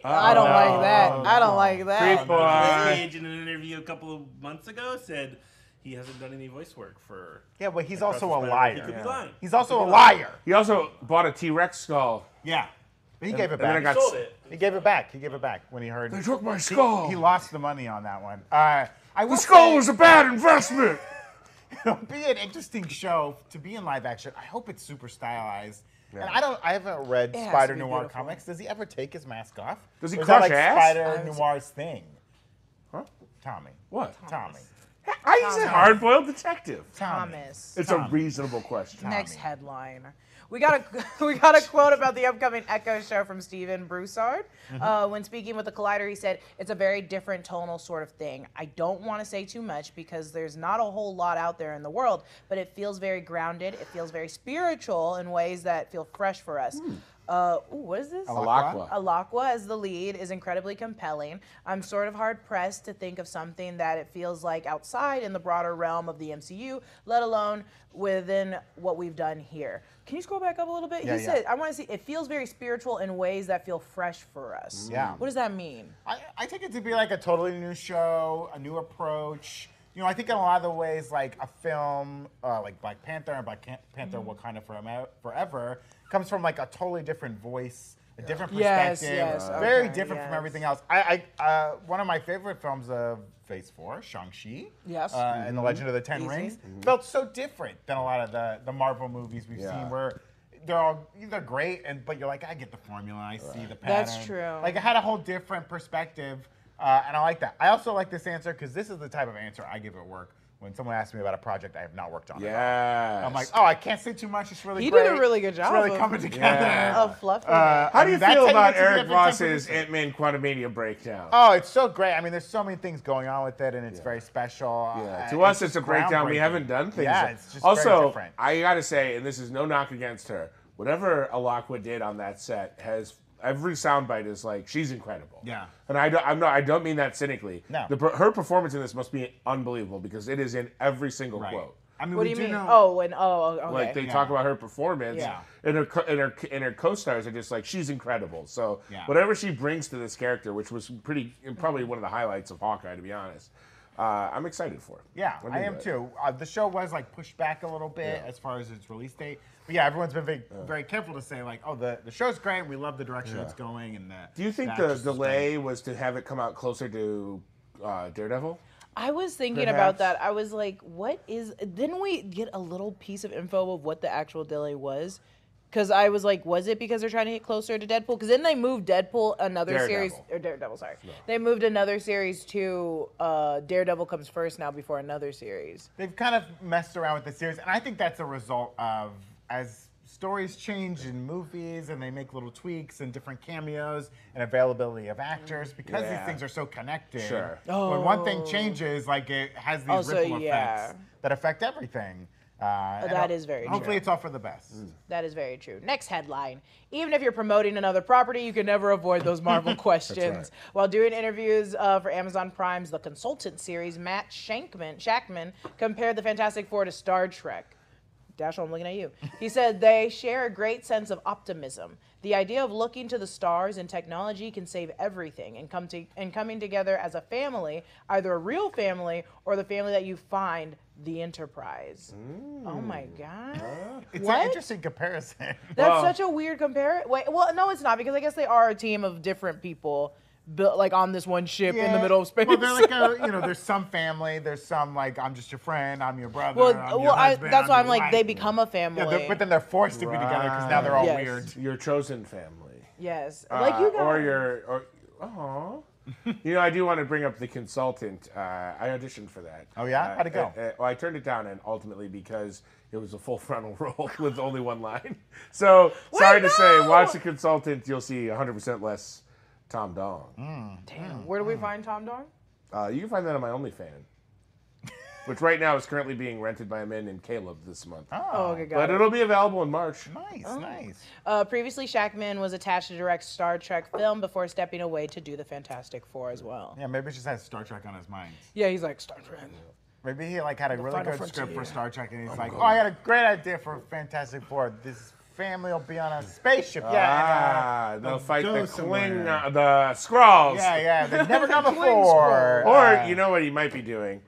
[SPEAKER 2] Oh,
[SPEAKER 3] I don't like that. I don't like that.
[SPEAKER 2] Creep boy.
[SPEAKER 4] His agent in an interview a couple of months ago said he hasn't done any voice work for.
[SPEAKER 1] Yeah, but he's
[SPEAKER 4] Across
[SPEAKER 1] also
[SPEAKER 4] the
[SPEAKER 1] a
[SPEAKER 4] Spider-Verse. He
[SPEAKER 1] liar.
[SPEAKER 4] could be
[SPEAKER 1] Yeah.
[SPEAKER 4] lying.
[SPEAKER 1] He's also a liar.
[SPEAKER 2] He also bought a T Rex skull.
[SPEAKER 1] Yeah, but he gave it
[SPEAKER 2] and then
[SPEAKER 1] back.
[SPEAKER 2] I got-
[SPEAKER 4] Sold it.
[SPEAKER 1] he gave it back. He gave it back when he heard.
[SPEAKER 2] They took my skull.
[SPEAKER 1] He lost the money on that one. Uh, I will
[SPEAKER 2] The skull
[SPEAKER 1] say-
[SPEAKER 2] was a bad investment.
[SPEAKER 1] It'll be an interesting show to be in live action. I hope it's super stylized. And
[SPEAKER 2] Yeah.
[SPEAKER 1] I don't. I haven't read
[SPEAKER 3] has
[SPEAKER 1] Spider
[SPEAKER 3] to be
[SPEAKER 1] Noir
[SPEAKER 3] beautiful.
[SPEAKER 1] comics. Does he ever take his mask off?
[SPEAKER 2] Does he
[SPEAKER 1] Or is that,
[SPEAKER 2] crush
[SPEAKER 1] like
[SPEAKER 2] ass?
[SPEAKER 1] Spider
[SPEAKER 3] I would-
[SPEAKER 1] Noir's thing?
[SPEAKER 2] Huh?
[SPEAKER 1] Tommy.
[SPEAKER 2] What?
[SPEAKER 1] Tommy.
[SPEAKER 2] I he's a hard boiled detective.
[SPEAKER 1] Tommy.
[SPEAKER 3] Thomas.
[SPEAKER 2] It's a reasonable question.
[SPEAKER 3] Next headline. We got a we got a quote about the upcoming Echo show from Steven Broussard. Uh, when speaking with the Collider, he said it's a very different tonal sort of thing. I don't want to say too much because there's not a whole lot out there in the world, but it feels very grounded. It feels very spiritual in ways that feel fresh for us. Uh, ooh, what is this?
[SPEAKER 1] Alakwa?
[SPEAKER 2] Alakwa.
[SPEAKER 3] Alakwa as the lead is incredibly compelling. I'm sort of hard pressed to think of something that it feels like outside in the broader realm of the MCU, let alone within what we've done here. Can you scroll back up a little bit?
[SPEAKER 1] Yeah,
[SPEAKER 3] he
[SPEAKER 1] yeah.
[SPEAKER 3] said, I want to see, it feels very spiritual in ways that feel fresh for us.
[SPEAKER 1] Yeah.
[SPEAKER 3] What does that mean?
[SPEAKER 1] I, I think it to be like a totally new show, a new approach. You know, I think in a lot of the ways, like a film uh, like Black Panther and Black Can- Panther
[SPEAKER 3] Mm-hmm.
[SPEAKER 1] Wakanda Foreme- Forever comes from like a totally different voice, a different
[SPEAKER 3] Yes,
[SPEAKER 1] perspective,
[SPEAKER 3] yes,
[SPEAKER 1] very
[SPEAKER 3] okay,
[SPEAKER 1] different from
[SPEAKER 3] yes.
[SPEAKER 1] everything else. I, I uh, one of my favorite films of Phase Four, Shang Chi,
[SPEAKER 3] Yes. Mm-hmm.
[SPEAKER 1] uh, and The Legend of the Ten
[SPEAKER 3] Easy.
[SPEAKER 1] Rings, felt so different than a lot of the the Marvel movies we've
[SPEAKER 2] Yeah.
[SPEAKER 1] seen, where they're all they're great, and but you're like, I get the formula, I see the pattern.
[SPEAKER 3] That's true.
[SPEAKER 1] Like I had a whole different perspective, uh, and I like that. I also like this answer because this is the type of answer I give at work when someone asks me about a project I have not worked on. at all.
[SPEAKER 2] Yeah.
[SPEAKER 1] I'm like, oh, I can't say too much. It's really
[SPEAKER 3] He
[SPEAKER 1] great.
[SPEAKER 3] did a really good job
[SPEAKER 1] It's really
[SPEAKER 3] of-
[SPEAKER 1] coming together.
[SPEAKER 2] Yeah.
[SPEAKER 3] Of Oh, fluff.
[SPEAKER 1] Uh,
[SPEAKER 2] how do you
[SPEAKER 1] and that's
[SPEAKER 2] feel
[SPEAKER 1] how
[SPEAKER 2] about
[SPEAKER 1] get to the different
[SPEAKER 2] Eric
[SPEAKER 1] type of
[SPEAKER 2] Ross's
[SPEAKER 1] person.
[SPEAKER 2] Ant Man Quantumania breakdown?
[SPEAKER 1] Oh, it's so great. I mean, there's so many things going on with it, and it's very special.
[SPEAKER 2] Yeah,
[SPEAKER 1] Uh,
[SPEAKER 2] to us, it's,
[SPEAKER 1] just
[SPEAKER 2] a breakdown. We
[SPEAKER 1] groundbreaking.
[SPEAKER 2] haven't done things.
[SPEAKER 1] Yeah,
[SPEAKER 2] like-
[SPEAKER 1] it's just
[SPEAKER 2] also.
[SPEAKER 1] very different.
[SPEAKER 2] I gotta say, and this is no knock against her. Whatever Alakwa did on that set has every soundbite is like she's incredible.
[SPEAKER 1] Yeah.
[SPEAKER 2] and I don't. I'm not. I don't mean that cynically.
[SPEAKER 1] No.
[SPEAKER 2] The, per- her performance in this must be unbelievable because it is in every single
[SPEAKER 1] Right.
[SPEAKER 2] quote.
[SPEAKER 1] I mean,
[SPEAKER 3] what
[SPEAKER 1] we
[SPEAKER 3] do you mean?
[SPEAKER 1] Know,
[SPEAKER 3] Oh, and oh, okay.
[SPEAKER 2] Like they talk about her performance,
[SPEAKER 1] Yeah.
[SPEAKER 2] and her co- and her and her co-stars are just like she's incredible. So
[SPEAKER 1] Yeah.
[SPEAKER 2] whatever she brings to this character, which was pretty probably one of the highlights of Hawkeye, to be honest, uh, I'm excited for. it.
[SPEAKER 1] Yeah,
[SPEAKER 2] I'm
[SPEAKER 1] I am
[SPEAKER 2] into it.
[SPEAKER 1] too. Uh, the show was like pushed back a little bit
[SPEAKER 2] Yeah.
[SPEAKER 1] as far as its release date. But yeah, everyone's been very, very careful to say like, oh, the, the show's great. We love the direction it's going. And the
[SPEAKER 2] Do you think the
[SPEAKER 1] actress is great.
[SPEAKER 2] delay was to have it come out closer to uh, Daredevil?
[SPEAKER 3] I was thinking
[SPEAKER 2] Perhaps.
[SPEAKER 3] about that. I was like, what is. Didn't we get a little piece of info of what the actual delay was? Because I was like, was it because they're trying to get closer to Deadpool? Because then they moved Deadpool another series.
[SPEAKER 2] Daredevil.
[SPEAKER 3] Or Daredevil, sorry. They moved another series to uh, Daredevil comes first now before another series.
[SPEAKER 1] They've kind of messed around with the series, and I think that's a result of as stories change in movies and they make little tweaks and different cameos and availability of actors because
[SPEAKER 2] Mm-hmm. Yeah.
[SPEAKER 1] these things are so connected.
[SPEAKER 2] Sure.
[SPEAKER 1] When one thing
[SPEAKER 3] Oh.
[SPEAKER 1] changes, like it has these
[SPEAKER 3] Also,
[SPEAKER 1] ripple effects
[SPEAKER 3] yeah. Oh,
[SPEAKER 1] that affect everything. Uh, and
[SPEAKER 3] that
[SPEAKER 1] ho-
[SPEAKER 3] is very
[SPEAKER 1] Hopefully,
[SPEAKER 3] true.
[SPEAKER 1] it's all for the best.
[SPEAKER 2] Mm.
[SPEAKER 3] That is very true. Next headline. Even if you're promoting another property, you can never avoid those Marvel questions.
[SPEAKER 2] right.
[SPEAKER 3] While doing interviews uh, for Amazon Prime's The Consultant series, Matt Shankman, Shackman compared the Fantastic Four to Star Trek. Dashel, I'm looking at you. He said they share a great sense of optimism. The idea of looking to the stars and technology can save everything, and come to, and coming together as a family, either a real family or the family that you find, the Enterprise. Oh my God.
[SPEAKER 1] It's
[SPEAKER 3] What?
[SPEAKER 1] an interesting comparison.
[SPEAKER 3] That's
[SPEAKER 2] Well-
[SPEAKER 3] such a weird compare. Wait, well, no, it's not because I guess they are a team of different people, built like on this one ship in the
[SPEAKER 1] Yeah.
[SPEAKER 3] middle of space.
[SPEAKER 1] Well, they're like a, you know, there's some family, there's some like I'm just your friend, I'm your brother.
[SPEAKER 3] well,
[SPEAKER 1] I'm your
[SPEAKER 3] well, I,
[SPEAKER 1] husband,
[SPEAKER 3] that's why
[SPEAKER 1] your
[SPEAKER 3] I'm like they
[SPEAKER 1] wife.
[SPEAKER 3] become a family.
[SPEAKER 1] Yeah, they're- but then they're forced to be together because now they're all
[SPEAKER 3] Right.
[SPEAKER 1] weird.
[SPEAKER 3] Yes.
[SPEAKER 2] Your chosen family,
[SPEAKER 3] yes,
[SPEAKER 2] Uh,
[SPEAKER 3] like you guys.
[SPEAKER 2] or your or oh, you know, I do want to bring up the consultant. Uh, I auditioned for that.
[SPEAKER 1] Oh, yeah?
[SPEAKER 2] Uh,
[SPEAKER 1] How'd it go?
[SPEAKER 2] uh, uh, well, I turned it down, and ultimately because it was a full frontal role with only one line. So sorry to
[SPEAKER 3] no!
[SPEAKER 2] say, watch the consultant. You'll see 100% less Tom Dong.
[SPEAKER 1] Mm.
[SPEAKER 3] Damn. Where do
[SPEAKER 1] Hmm.
[SPEAKER 3] we find Tom Dorn?
[SPEAKER 2] Uh, you can find that on my OnlyFan, which right now is currently being rented by a man named Caleb this month.
[SPEAKER 3] Oh, okay, got
[SPEAKER 2] But
[SPEAKER 3] it.
[SPEAKER 2] it'll be available in March.
[SPEAKER 1] Nice, nice.
[SPEAKER 3] Uh, previously, Shackman was attached to direct Star Trek film before stepping away to do the Fantastic Four as well.
[SPEAKER 1] Yeah, maybe he just has Star Trek on his mind.
[SPEAKER 3] Yeah, he's like Star Trek.
[SPEAKER 1] Maybe he like had a really
[SPEAKER 3] Final
[SPEAKER 1] good script for
[SPEAKER 3] Frontier.
[SPEAKER 1] Star Trek, and he's like, "Oh, I had a great idea for Fantastic Four. This family will be on a spaceship. Yeah,
[SPEAKER 2] Ah,
[SPEAKER 1] and, uh,
[SPEAKER 2] they'll fight
[SPEAKER 1] go
[SPEAKER 2] the
[SPEAKER 1] somewhere.
[SPEAKER 2] Kling, uh, the Skrulls.
[SPEAKER 1] Yeah, yeah, they've never gone
[SPEAKER 3] Cling
[SPEAKER 1] before.
[SPEAKER 3] scroll.
[SPEAKER 2] Or
[SPEAKER 1] Uh,
[SPEAKER 2] you know what he might be doing?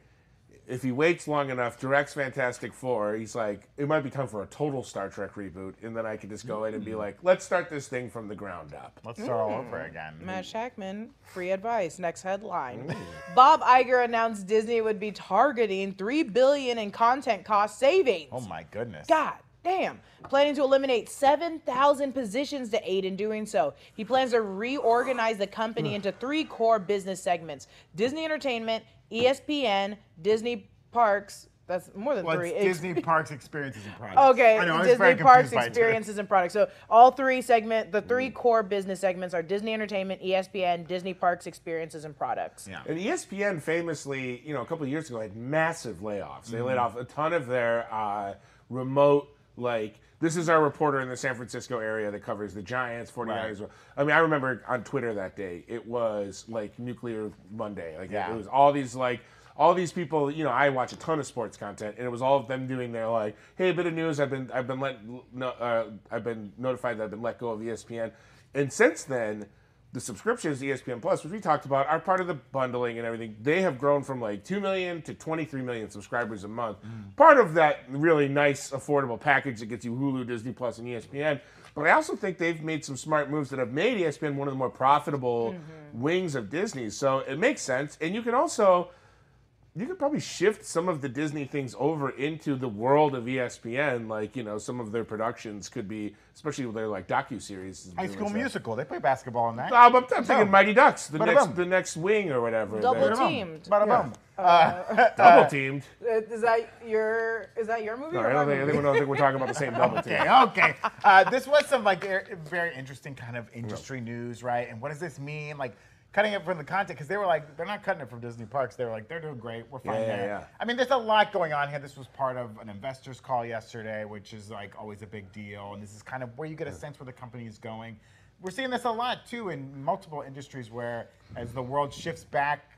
[SPEAKER 2] If he waits long enough, directs Fantastic Four, he's like, it might be time for a total Star Trek reboot, and then I could just go in
[SPEAKER 1] Hmm.
[SPEAKER 2] and be like, let's start this thing from the ground up.
[SPEAKER 1] let's start all
[SPEAKER 3] Hmm.
[SPEAKER 1] over again.
[SPEAKER 3] Matt Shackman, free advice. Next headline. Bob Iger announced Disney would be targeting three billion in content cost savings.
[SPEAKER 1] Oh my goodness.
[SPEAKER 3] God damn. Planning to eliminate 7,000 positions to aid in doing so. He plans to reorganize the company into three core business segments Disney Entertainment, E ESPN, Disney Parks. That's more than
[SPEAKER 1] Well,
[SPEAKER 3] three.
[SPEAKER 1] it's
[SPEAKER 3] Ex-
[SPEAKER 1] Disney Parks experiences and products.
[SPEAKER 3] Okay,
[SPEAKER 1] I know, I was
[SPEAKER 3] Disney
[SPEAKER 1] very
[SPEAKER 3] Parks
[SPEAKER 1] confused by it, too. Mm.
[SPEAKER 3] experiences and products. So all three segment, the three core business segments are Disney Entertainment, E ESPN, Disney Parks experiences and products.
[SPEAKER 1] Yeah.
[SPEAKER 2] And E ESPN famously, you know, a couple of years ago had massive layoffs. They laid off a ton of their uh, remote, like, this is our reporter in the San Francisco area that covers the Giants, 49ers. I mean, I remember on Twitter that day, it was like Nuclear Monday. Like,
[SPEAKER 1] Yeah.
[SPEAKER 2] it was all these, like, all these people, you know, I watch a ton of sports content, and it was all of them doing their like, "Hey, a bit of news. I've been, I've been let, no, uh, I've been notified that I've been let go of E ESPN." And since then, the subscriptions to E ESPN Plus, which we talked about, are part of the bundling and everything. They have grown from like two million to twenty-three million subscribers a month. Part of that really nice, affordable package that gets you Hulu, Disney Plus, and E ESPN. But I also think they've made some smart moves that have made E ESPN one of the more profitable
[SPEAKER 3] Mm-hmm.
[SPEAKER 2] wings of Disney. So it makes sense, and you can also you could probably shift some of the Disney things over into the world of E ESPN. Like, you know, some of their productions could be, especially with their like docu series.
[SPEAKER 1] High School Musical. They play basketball in that.
[SPEAKER 2] I'm, I'm thinking
[SPEAKER 1] No.
[SPEAKER 2] Mighty Ducks, the
[SPEAKER 1] Ba-da-bum.
[SPEAKER 2] next, the next wing or whatever.
[SPEAKER 3] Double
[SPEAKER 2] They're
[SPEAKER 1] Bada-bum,
[SPEAKER 3] teamed.
[SPEAKER 1] bada-bum.
[SPEAKER 2] double teamed.
[SPEAKER 3] Uh, Is that your is that your movie?
[SPEAKER 2] No,
[SPEAKER 3] or
[SPEAKER 2] I
[SPEAKER 3] my
[SPEAKER 2] don't think, I
[SPEAKER 3] movie?
[SPEAKER 2] think, I don't think we're talking about the same double team.
[SPEAKER 1] Okay, okay. Uh, this was some like er- very interesting kind of industry news, right? And what does this mean? Like cutting it from the content because they were like they're not cutting it from Disney Parks. They were like they're doing great. We're fine
[SPEAKER 2] Yeah, yeah,
[SPEAKER 1] there.
[SPEAKER 2] yeah.
[SPEAKER 1] I mean, there's a lot going on here. This was part of an investors call yesterday, which is like always a big deal. And this is kind of where you get a sense where the company is going. We're seeing this a lot too in multiple industries where as the world shifts back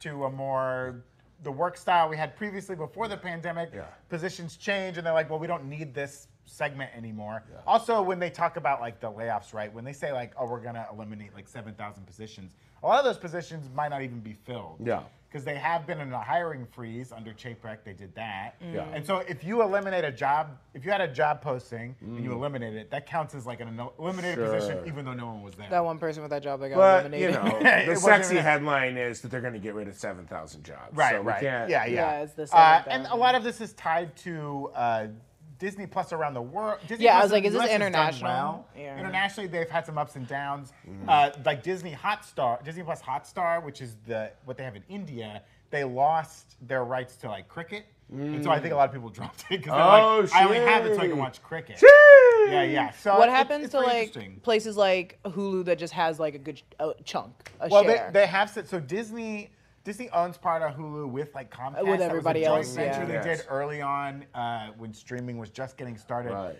[SPEAKER 1] to a more the work style we had previously before the pandemic,
[SPEAKER 2] Yeah.
[SPEAKER 1] positions change and they're like, well, we don't need this segment anymore. Also, when they talk about like the layoffs, right? When they say like, oh, we're gonna eliminate like seven thousand positions, a lot of those positions might not even be filled.
[SPEAKER 2] Yeah.
[SPEAKER 1] Because they have been in a hiring freeze under Chapek, they did that.
[SPEAKER 2] Yeah.
[SPEAKER 1] And so if you eliminate a job, if you had a job posting and you eliminate it, that counts as like an eliminated position,
[SPEAKER 2] Mm. Sure.
[SPEAKER 1] even though no one was there.
[SPEAKER 3] that one person with that job that got
[SPEAKER 2] But, you
[SPEAKER 3] eliminated.
[SPEAKER 2] know,
[SPEAKER 1] It
[SPEAKER 2] the
[SPEAKER 1] wasn't
[SPEAKER 2] sexy
[SPEAKER 1] really-
[SPEAKER 2] headline is that they're going to get rid of 7,000 jobs.
[SPEAKER 1] Right,
[SPEAKER 2] so we
[SPEAKER 1] right.
[SPEAKER 2] can't-
[SPEAKER 1] yeah, yeah.
[SPEAKER 3] Yeah, it's the
[SPEAKER 1] uh,
[SPEAKER 3] same
[SPEAKER 1] and a
[SPEAKER 3] thing.
[SPEAKER 1] lot of this is tied to uh, Disney Plus around the world. Disney
[SPEAKER 3] Yeah, I
[SPEAKER 1] Plus
[SPEAKER 3] was like,
[SPEAKER 1] in
[SPEAKER 3] is
[SPEAKER 1] the
[SPEAKER 3] this
[SPEAKER 1] US has done
[SPEAKER 3] international?
[SPEAKER 1] well.
[SPEAKER 3] Yeah.
[SPEAKER 1] Internationally, they've had some ups and downs.
[SPEAKER 2] Mm-hmm.
[SPEAKER 1] Uh, like Disney Hotstar, Disney Plus Hotstar, which is the what they have in India, they lost their rights to like cricket, and so I think a lot of people dropped it because they're
[SPEAKER 2] Oh,
[SPEAKER 1] like, I only have it so I can
[SPEAKER 2] shit.
[SPEAKER 1] watch cricket.
[SPEAKER 2] Chee!
[SPEAKER 1] Yeah, yeah. So
[SPEAKER 2] Uh,
[SPEAKER 3] what
[SPEAKER 1] it-
[SPEAKER 3] happens
[SPEAKER 1] it's
[SPEAKER 3] to
[SPEAKER 1] very
[SPEAKER 3] like
[SPEAKER 1] interesting.
[SPEAKER 3] places like Hulu that just has like a good ch- a chunk, a
[SPEAKER 1] Well,
[SPEAKER 3] share?
[SPEAKER 1] they, they have said so. Disney Disney owns part of Hulu with like Comcast. That was a
[SPEAKER 3] everybody
[SPEAKER 1] joint
[SPEAKER 3] else,
[SPEAKER 1] venture
[SPEAKER 3] yeah.
[SPEAKER 1] they
[SPEAKER 2] Yes.
[SPEAKER 1] did early on uh, when streaming was just getting started.
[SPEAKER 2] Right.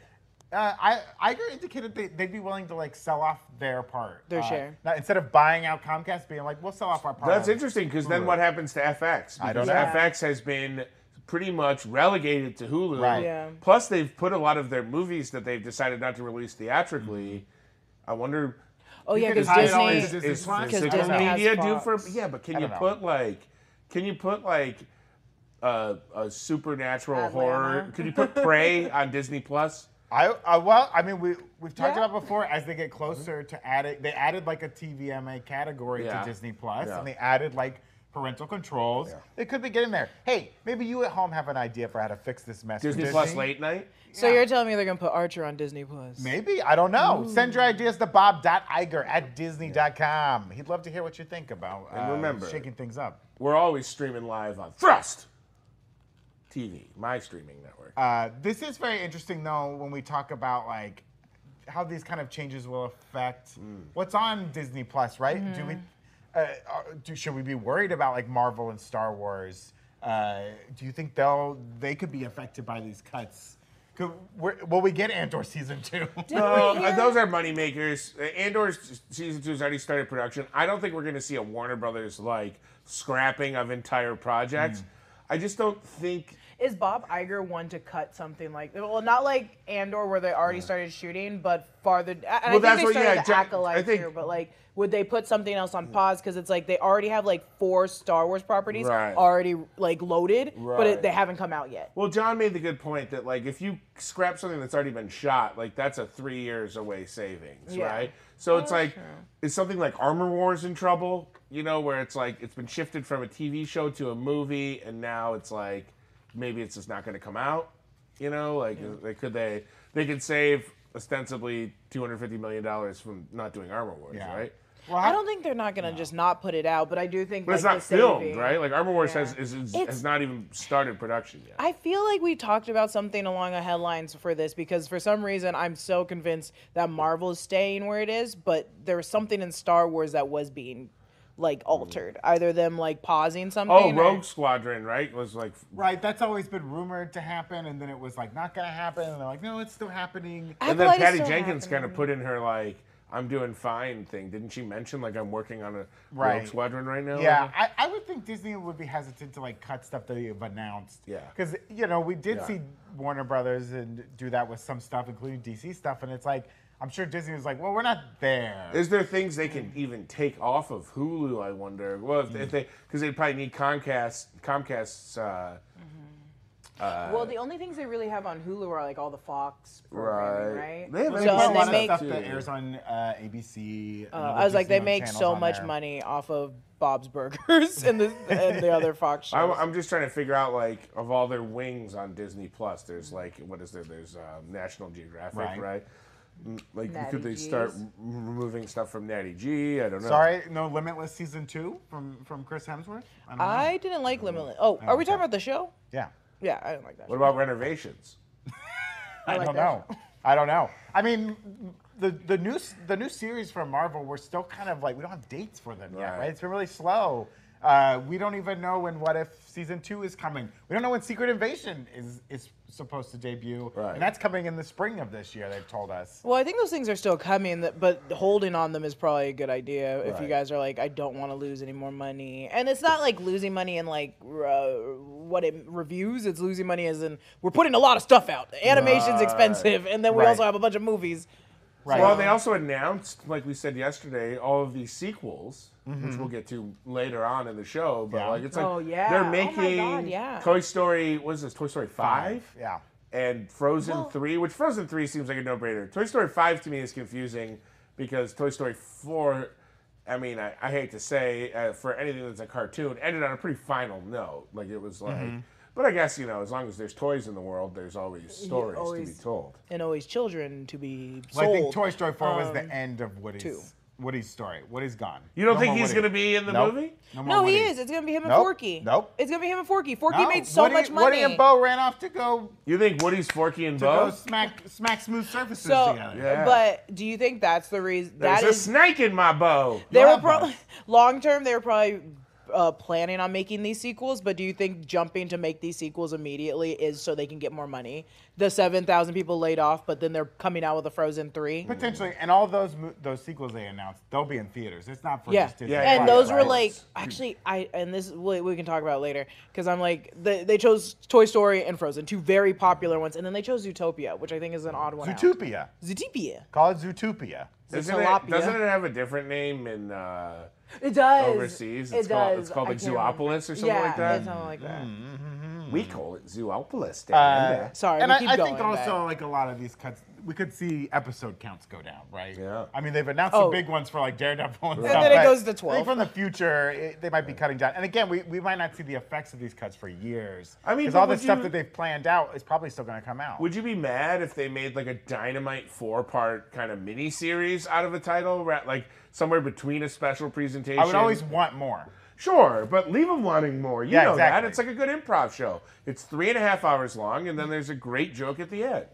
[SPEAKER 1] Uh, I Iger indicated they, they'd be willing to like sell off their part,
[SPEAKER 3] Their
[SPEAKER 1] Uh,
[SPEAKER 3] share.
[SPEAKER 1] now, instead of buying out Comcast, being like, "We'll sell off our part."
[SPEAKER 2] That's
[SPEAKER 1] of it."
[SPEAKER 2] interesting because then what happens to FX? Because
[SPEAKER 1] I don't
[SPEAKER 3] know.
[SPEAKER 2] FX has been pretty much relegated to Hulu.
[SPEAKER 1] Right.
[SPEAKER 3] Yeah.
[SPEAKER 2] Plus, they've put a lot of their movies that they've decided not to release theatrically. I wonder.
[SPEAKER 3] oh yeah,
[SPEAKER 1] could
[SPEAKER 3] because
[SPEAKER 1] tie it all into
[SPEAKER 3] Disney.
[SPEAKER 2] is,
[SPEAKER 1] Mm-hmm. Disney
[SPEAKER 2] is,
[SPEAKER 1] Plus.
[SPEAKER 2] is
[SPEAKER 3] 'Cause
[SPEAKER 2] Six
[SPEAKER 3] Disney has
[SPEAKER 2] media due
[SPEAKER 3] Fox.
[SPEAKER 2] for? Yeah, but can you
[SPEAKER 1] don't know.
[SPEAKER 2] put like? Can you put like? Uh, a supernatural
[SPEAKER 3] Atlanta.
[SPEAKER 2] horror. Could you put Prey on Disney Plus?
[SPEAKER 1] I uh, well, I mean, we we've talked
[SPEAKER 3] Yeah.
[SPEAKER 1] about before. As they get closer to adding, they added like a TVMA category
[SPEAKER 2] Yeah.
[SPEAKER 1] to Disney Plus,
[SPEAKER 2] Yeah.
[SPEAKER 1] and they added like parental controls.
[SPEAKER 2] Yeah.
[SPEAKER 1] It could be getting there. Hey, maybe you at home have an idea for how to fix this mess. for
[SPEAKER 2] Disney Plus late night.
[SPEAKER 3] So
[SPEAKER 1] Yeah.
[SPEAKER 3] you're telling me they're gonna put Archer on Disney Plus?
[SPEAKER 1] Maybe. I don't know. Send your ideas to bob.iger at disney.com. He'd love to hear what you think about uh,
[SPEAKER 2] And remember-
[SPEAKER 1] shaking things up.
[SPEAKER 2] We're always streaming live on Thrust TV, my streaming network.
[SPEAKER 1] Uh, this is very interesting, though, when we talk about like how these kind of changes will affect what's on Disney Plus, right? Do
[SPEAKER 3] Mm-hmm.
[SPEAKER 1] we, uh, uh, do, should we be worried about like Marvel and Star Wars? Uh, do you think they'll they could be affected by these cuts? Could, we're, will we get Andor season two?
[SPEAKER 2] No, uh, those are moneymakers. Uh, Andor's season two has already started production. I don't think we're going to see a Warner Brothers like scrapping of entire projects. I just don't think.
[SPEAKER 3] Is Bob Iger one to cut something like well, not like Andor where they already started shooting, but farther? And I think
[SPEAKER 2] that's
[SPEAKER 3] they
[SPEAKER 2] what-
[SPEAKER 3] started
[SPEAKER 2] yeah,
[SPEAKER 3] the
[SPEAKER 2] Jack-
[SPEAKER 3] Acolyte
[SPEAKER 2] I think-
[SPEAKER 3] here, but like, would they put something else on pause because it's like they already have like four Star Wars properties
[SPEAKER 2] Right.
[SPEAKER 3] already like loaded, but
[SPEAKER 2] Right.
[SPEAKER 3] it, they haven't come out yet.
[SPEAKER 2] Well, John made the good point that like if you scrap something that's already been shot, like that's a three years away savings,
[SPEAKER 3] Yeah.
[SPEAKER 2] right? So it's like is something like Armor Wars in trouble? You know, where it's like it's been shifted from a TV show to a movie, and now it's like maybe it's just not going to come out. You know, like is- like, could they they could save ostensibly two hundred fifty million dollars from not doing Armor Wars,
[SPEAKER 1] Yeah.
[SPEAKER 2] right?
[SPEAKER 1] Well,
[SPEAKER 3] I don't think they're not gonna just not put it out, but I do think
[SPEAKER 2] But
[SPEAKER 3] like,
[SPEAKER 2] it's not
[SPEAKER 3] the
[SPEAKER 2] filmed,
[SPEAKER 3] saving-
[SPEAKER 2] right? Like Armor Wars
[SPEAKER 3] Yeah.
[SPEAKER 2] has is, is,
[SPEAKER 3] It's-
[SPEAKER 2] has not even started production yet.
[SPEAKER 3] I feel like we talked about something along the headlines for this because for some reason I'm so convinced that Marvel is staying where it is, but there was something in Star Wars that was being like altered. Either them like pausing something.
[SPEAKER 2] Oh,
[SPEAKER 3] or-
[SPEAKER 2] Rogue Squadron, right? Was like
[SPEAKER 1] Right, that's always been rumored to happen, and then it was like not gonna happen, and they're like, no, it's still happening.
[SPEAKER 2] And
[SPEAKER 3] I feel
[SPEAKER 2] then
[SPEAKER 3] like it's
[SPEAKER 2] Patty
[SPEAKER 3] still
[SPEAKER 2] Jenkins kind of
[SPEAKER 3] happening.
[SPEAKER 2] put in her like, "I'm doing fine" thing. Didn't she mention like I'm working on a
[SPEAKER 1] Right.
[SPEAKER 2] Rogue Squadron right now?
[SPEAKER 1] Yeah, I, I would think Disney would be hesitant to like cut stuff that they've announced.
[SPEAKER 2] Yeah.
[SPEAKER 1] because you know we did
[SPEAKER 2] Yeah.
[SPEAKER 1] see Warner Brothers and do that with some stuff, including DC stuff, and it's like I'm sure Disney was like, well, we're not there.
[SPEAKER 2] Is there things they can even take off of Hulu? I wonder. Well, if, if they because they'd probably need Comcast. Comcast's. Uh,
[SPEAKER 3] Well, the only things they really have on Hulu are like all the Fox programming,
[SPEAKER 2] Right.
[SPEAKER 3] right?
[SPEAKER 2] They have
[SPEAKER 1] But
[SPEAKER 3] so
[SPEAKER 1] they
[SPEAKER 2] Netflix
[SPEAKER 1] put a
[SPEAKER 3] and
[SPEAKER 1] lot
[SPEAKER 3] they
[SPEAKER 1] of
[SPEAKER 3] make
[SPEAKER 1] stuff
[SPEAKER 2] too.
[SPEAKER 1] that airs on uh, ABC.
[SPEAKER 3] Uh, I was like, they make so much money off of Bob's Burgers and the and the other Fox shows.
[SPEAKER 2] I'm, I'm just trying to figure out like of all their wings on Disney Plus. There's like what is there? There's uh, National Geographic,
[SPEAKER 1] Right.
[SPEAKER 2] right? Mm, Like
[SPEAKER 3] Natty
[SPEAKER 2] could they start
[SPEAKER 3] G's.
[SPEAKER 2] r- removing stuff from Natty G? I don't know.
[SPEAKER 1] Sorry, no Limitless season two from from Chris Hemsworth. I don't know.
[SPEAKER 3] I didn't like Limitless. Oh, are we talking about the show?
[SPEAKER 1] yeah.
[SPEAKER 3] Yeah, I didn't like that.
[SPEAKER 2] What about renovations?
[SPEAKER 1] I,
[SPEAKER 3] like
[SPEAKER 1] don't know.
[SPEAKER 3] that.
[SPEAKER 1] I don't know. I mean, the the new s- the new series from Marvel, we're still kind of like we don't have dates for them yet,
[SPEAKER 2] Right.
[SPEAKER 1] right? It's been really slow. Uh, we don't even know when What If season two is coming. We don't know when Secret Invasion is is supposed to debut,
[SPEAKER 2] Right.
[SPEAKER 1] and that's coming in the spring of this year. They've told us.
[SPEAKER 3] Well, I think those things are still coming, that- but holding on them is probably a good idea if you
[SPEAKER 2] Right.
[SPEAKER 3] guys are like, I don't want to lose any more money. And it's not like losing money in like r- uh, what it reviews, it's losing money as in we're putting a lot of stuff out. Animation's
[SPEAKER 2] Right.
[SPEAKER 3] expensive, and then we
[SPEAKER 1] Right.
[SPEAKER 3] also have a bunch of movies.
[SPEAKER 1] Right.
[SPEAKER 2] Well, they also announced, like we said yesterday, all of these sequels, which we'll get to later on in the show. But
[SPEAKER 1] Mm-hmm. Yeah.
[SPEAKER 2] like, it's like
[SPEAKER 3] Oh, yeah. Oh,
[SPEAKER 2] they're
[SPEAKER 3] my God,
[SPEAKER 2] making
[SPEAKER 3] yeah.
[SPEAKER 2] Toy Story. What is this? Toy Story Five.
[SPEAKER 1] Yeah.
[SPEAKER 2] And Frozen
[SPEAKER 3] Well-
[SPEAKER 2] Three, which Frozen Three seems like a no-brainer. Toy Story Five to me is confusing because Toy Story Four. I mean, I, I hate to say uh, for anything that's a cartoon, ended on a pretty final note. Like it was like,
[SPEAKER 1] Mm-hmm.
[SPEAKER 2] but I guess you know, as long as there's toys in the world, there's always stories to
[SPEAKER 3] always-
[SPEAKER 2] be told.
[SPEAKER 3] And always children to be sold.
[SPEAKER 1] Well, I think Toy Story four was the end of Woody's
[SPEAKER 3] Um, two.
[SPEAKER 1] Woody's story. Woody's gone.
[SPEAKER 2] You don't
[SPEAKER 1] No
[SPEAKER 2] think
[SPEAKER 1] more
[SPEAKER 2] he's
[SPEAKER 1] Woody.
[SPEAKER 2] gonna be in the
[SPEAKER 1] Nope.
[SPEAKER 2] movie?
[SPEAKER 1] more
[SPEAKER 3] No,
[SPEAKER 1] Woody.
[SPEAKER 3] he is. It's gonna be him and
[SPEAKER 1] Nope.
[SPEAKER 3] Forky.
[SPEAKER 1] Nope.
[SPEAKER 3] It's gonna be him and Forky. Forky
[SPEAKER 1] No,
[SPEAKER 3] made so
[SPEAKER 1] Woody-
[SPEAKER 3] much money.
[SPEAKER 1] Woody and Bo ran off to go
[SPEAKER 2] You think Woody's Forky and
[SPEAKER 1] to go
[SPEAKER 2] Bo?
[SPEAKER 1] smack smack smooth surfaces
[SPEAKER 3] so,
[SPEAKER 1] together.
[SPEAKER 2] Yeah.
[SPEAKER 3] but do you think that's the reason?
[SPEAKER 2] There's
[SPEAKER 3] That
[SPEAKER 2] a
[SPEAKER 3] is
[SPEAKER 2] snake in my bow.
[SPEAKER 3] They were
[SPEAKER 1] Love
[SPEAKER 3] probably
[SPEAKER 1] Buzz.
[SPEAKER 3] long term. They were probably uh, planning on making these sequels, but do you think jumping to make these sequels immediately is so they can get more money? The seven thousand people laid off, but then they're coming out with a Frozen three.
[SPEAKER 1] Potentially, and all those mo- those sequels they announced, they'll be in theaters. It's not for
[SPEAKER 3] Yeah.
[SPEAKER 1] just Disney.
[SPEAKER 2] Yeah,
[SPEAKER 3] and
[SPEAKER 2] yeah,
[SPEAKER 3] those
[SPEAKER 2] yeah,
[SPEAKER 3] were
[SPEAKER 2] right.
[SPEAKER 3] like actually I and this we, we can talk about later because I'm like they, they chose Toy Story and Frozen, two very popular ones, and then they chose Zootopia, which I think is an odd one. out.
[SPEAKER 1] Zootopia.
[SPEAKER 3] Zootopia.
[SPEAKER 1] Call it Zootopia.
[SPEAKER 2] Doesn't it,
[SPEAKER 3] tilapia.
[SPEAKER 2] doesn't it have a different name in uh,
[SPEAKER 3] It does.
[SPEAKER 2] overseas? It's called, it's called like Zoopolis or something
[SPEAKER 3] yeah,
[SPEAKER 2] like that.
[SPEAKER 3] it's something like that.
[SPEAKER 2] We call it Zoopolis.
[SPEAKER 1] Uh,
[SPEAKER 2] down there.
[SPEAKER 3] Sorry,
[SPEAKER 1] and
[SPEAKER 3] we
[SPEAKER 1] I,
[SPEAKER 3] keep
[SPEAKER 1] I think
[SPEAKER 3] going,
[SPEAKER 1] also
[SPEAKER 3] but-
[SPEAKER 1] like a lot of these cuts we could see episode counts go down, right?
[SPEAKER 2] Yeah.
[SPEAKER 1] I mean, they've announced
[SPEAKER 3] Oh.
[SPEAKER 1] the big ones for like Daredevil and
[SPEAKER 3] And
[SPEAKER 1] stuff,
[SPEAKER 3] then it
[SPEAKER 1] but
[SPEAKER 3] goes to
[SPEAKER 1] I think
[SPEAKER 3] 12.
[SPEAKER 1] from the future, it, they might be cutting down. And again, we, we might not see the effects of these cuts for years.
[SPEAKER 2] I mean,
[SPEAKER 1] because
[SPEAKER 2] but
[SPEAKER 1] all the
[SPEAKER 2] would
[SPEAKER 1] stuff
[SPEAKER 2] you-
[SPEAKER 1] that they've planned out is probably still going to come out.
[SPEAKER 2] Would you be mad if they made like a dynamite four-part kind of mini series out of a title, ra- like somewhere between a special presentation?
[SPEAKER 1] I would always want more.
[SPEAKER 2] Sure, but leave them wanting more. You
[SPEAKER 1] Yeah,
[SPEAKER 2] know that.
[SPEAKER 1] exactly.
[SPEAKER 2] It's like a good improv show. It's three and a half hours long, and then there's a great joke at the end.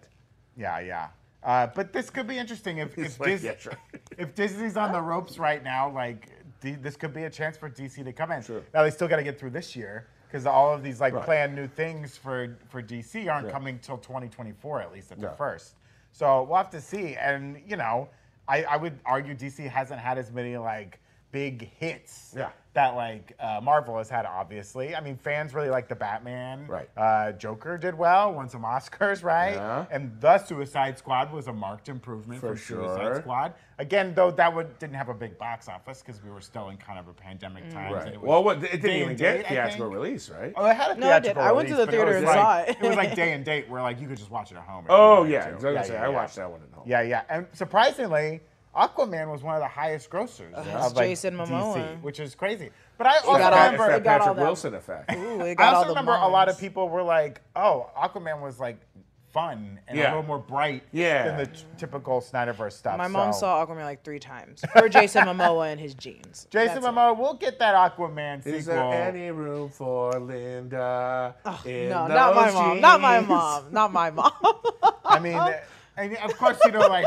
[SPEAKER 1] Yeah, yeah. Uh, but this could be interesting if if,
[SPEAKER 2] like,
[SPEAKER 1] Dis-
[SPEAKER 2] yeah, sure.
[SPEAKER 1] if Disney's on the ropes right now. Like D- this could be a chance for DC to come in.
[SPEAKER 2] Sure.
[SPEAKER 1] Now they still got to get through this year because all of these like
[SPEAKER 2] Right.
[SPEAKER 1] planned new things for for DC aren't
[SPEAKER 2] Yeah.
[SPEAKER 1] coming till 2024 at least at
[SPEAKER 2] Yeah.
[SPEAKER 1] the first. So we'll have to see. And you know, I, I would argue DC hasn't had as many like big hits.
[SPEAKER 2] Yeah.
[SPEAKER 1] That like uh, Marvel has had, obviously. I mean, fans really like the Batman.
[SPEAKER 2] Right.
[SPEAKER 1] Uh, Joker did well, won some Oscars, right?
[SPEAKER 2] Yeah.
[SPEAKER 1] And the Suicide Squad was a marked improvement
[SPEAKER 2] For
[SPEAKER 1] from
[SPEAKER 2] sure.
[SPEAKER 1] Suicide Squad. Again, though, that would, didn't have a big box office because we were still in kind of a
[SPEAKER 3] Mm.
[SPEAKER 1] pandemic time.
[SPEAKER 2] Right. Well, what, it didn't
[SPEAKER 1] day
[SPEAKER 2] even
[SPEAKER 1] and
[SPEAKER 2] get
[SPEAKER 1] date, I
[SPEAKER 2] theatrical
[SPEAKER 1] think.
[SPEAKER 2] release, right?
[SPEAKER 1] Oh, it had a
[SPEAKER 3] No, it did.
[SPEAKER 1] theatrical
[SPEAKER 3] I went to
[SPEAKER 1] release,
[SPEAKER 3] the
[SPEAKER 1] but it
[SPEAKER 3] theater
[SPEAKER 1] was
[SPEAKER 3] and
[SPEAKER 1] like-
[SPEAKER 3] saw it.
[SPEAKER 1] It was like day and date where like you could just watch it at home. if you
[SPEAKER 2] Oh,
[SPEAKER 1] wanted
[SPEAKER 2] yeah.
[SPEAKER 1] to.
[SPEAKER 2] I was gonna say, I watched that one at home.
[SPEAKER 1] Yeah, yeah. And surprisingly, Aquaman was one of the highest grossers of like
[SPEAKER 3] Jason
[SPEAKER 1] DC,
[SPEAKER 3] Momoa.
[SPEAKER 1] which is crazy. But I also
[SPEAKER 2] It's
[SPEAKER 3] got
[SPEAKER 2] that-
[SPEAKER 3] all-
[SPEAKER 2] it's
[SPEAKER 1] remember
[SPEAKER 2] that
[SPEAKER 3] it got all
[SPEAKER 2] Patrick
[SPEAKER 3] that.
[SPEAKER 2] Wilson effect.
[SPEAKER 3] Ooh, it got
[SPEAKER 1] I
[SPEAKER 3] all
[SPEAKER 1] also
[SPEAKER 3] the
[SPEAKER 1] remember a lot of
[SPEAKER 3] moms.
[SPEAKER 1] people were like, "Oh, Aquaman was like fun and
[SPEAKER 2] Yeah.
[SPEAKER 1] a little more bright
[SPEAKER 2] Yeah.
[SPEAKER 1] than the t- typical Snyderverse stuff."
[SPEAKER 3] My mom
[SPEAKER 1] so-
[SPEAKER 3] saw Aquaman like three times. Or Jason Momoa in his jeans.
[SPEAKER 1] Jason
[SPEAKER 3] That's it.
[SPEAKER 1] Momoa. We'll get that Aquaman sequel.
[SPEAKER 2] Is there any room for Linda? in
[SPEAKER 3] No, not my
[SPEAKER 2] those
[SPEAKER 3] mom. Not my
[SPEAKER 2] jeans?
[SPEAKER 3] mom. Not my mom.
[SPEAKER 1] I mean, and of course, you know, like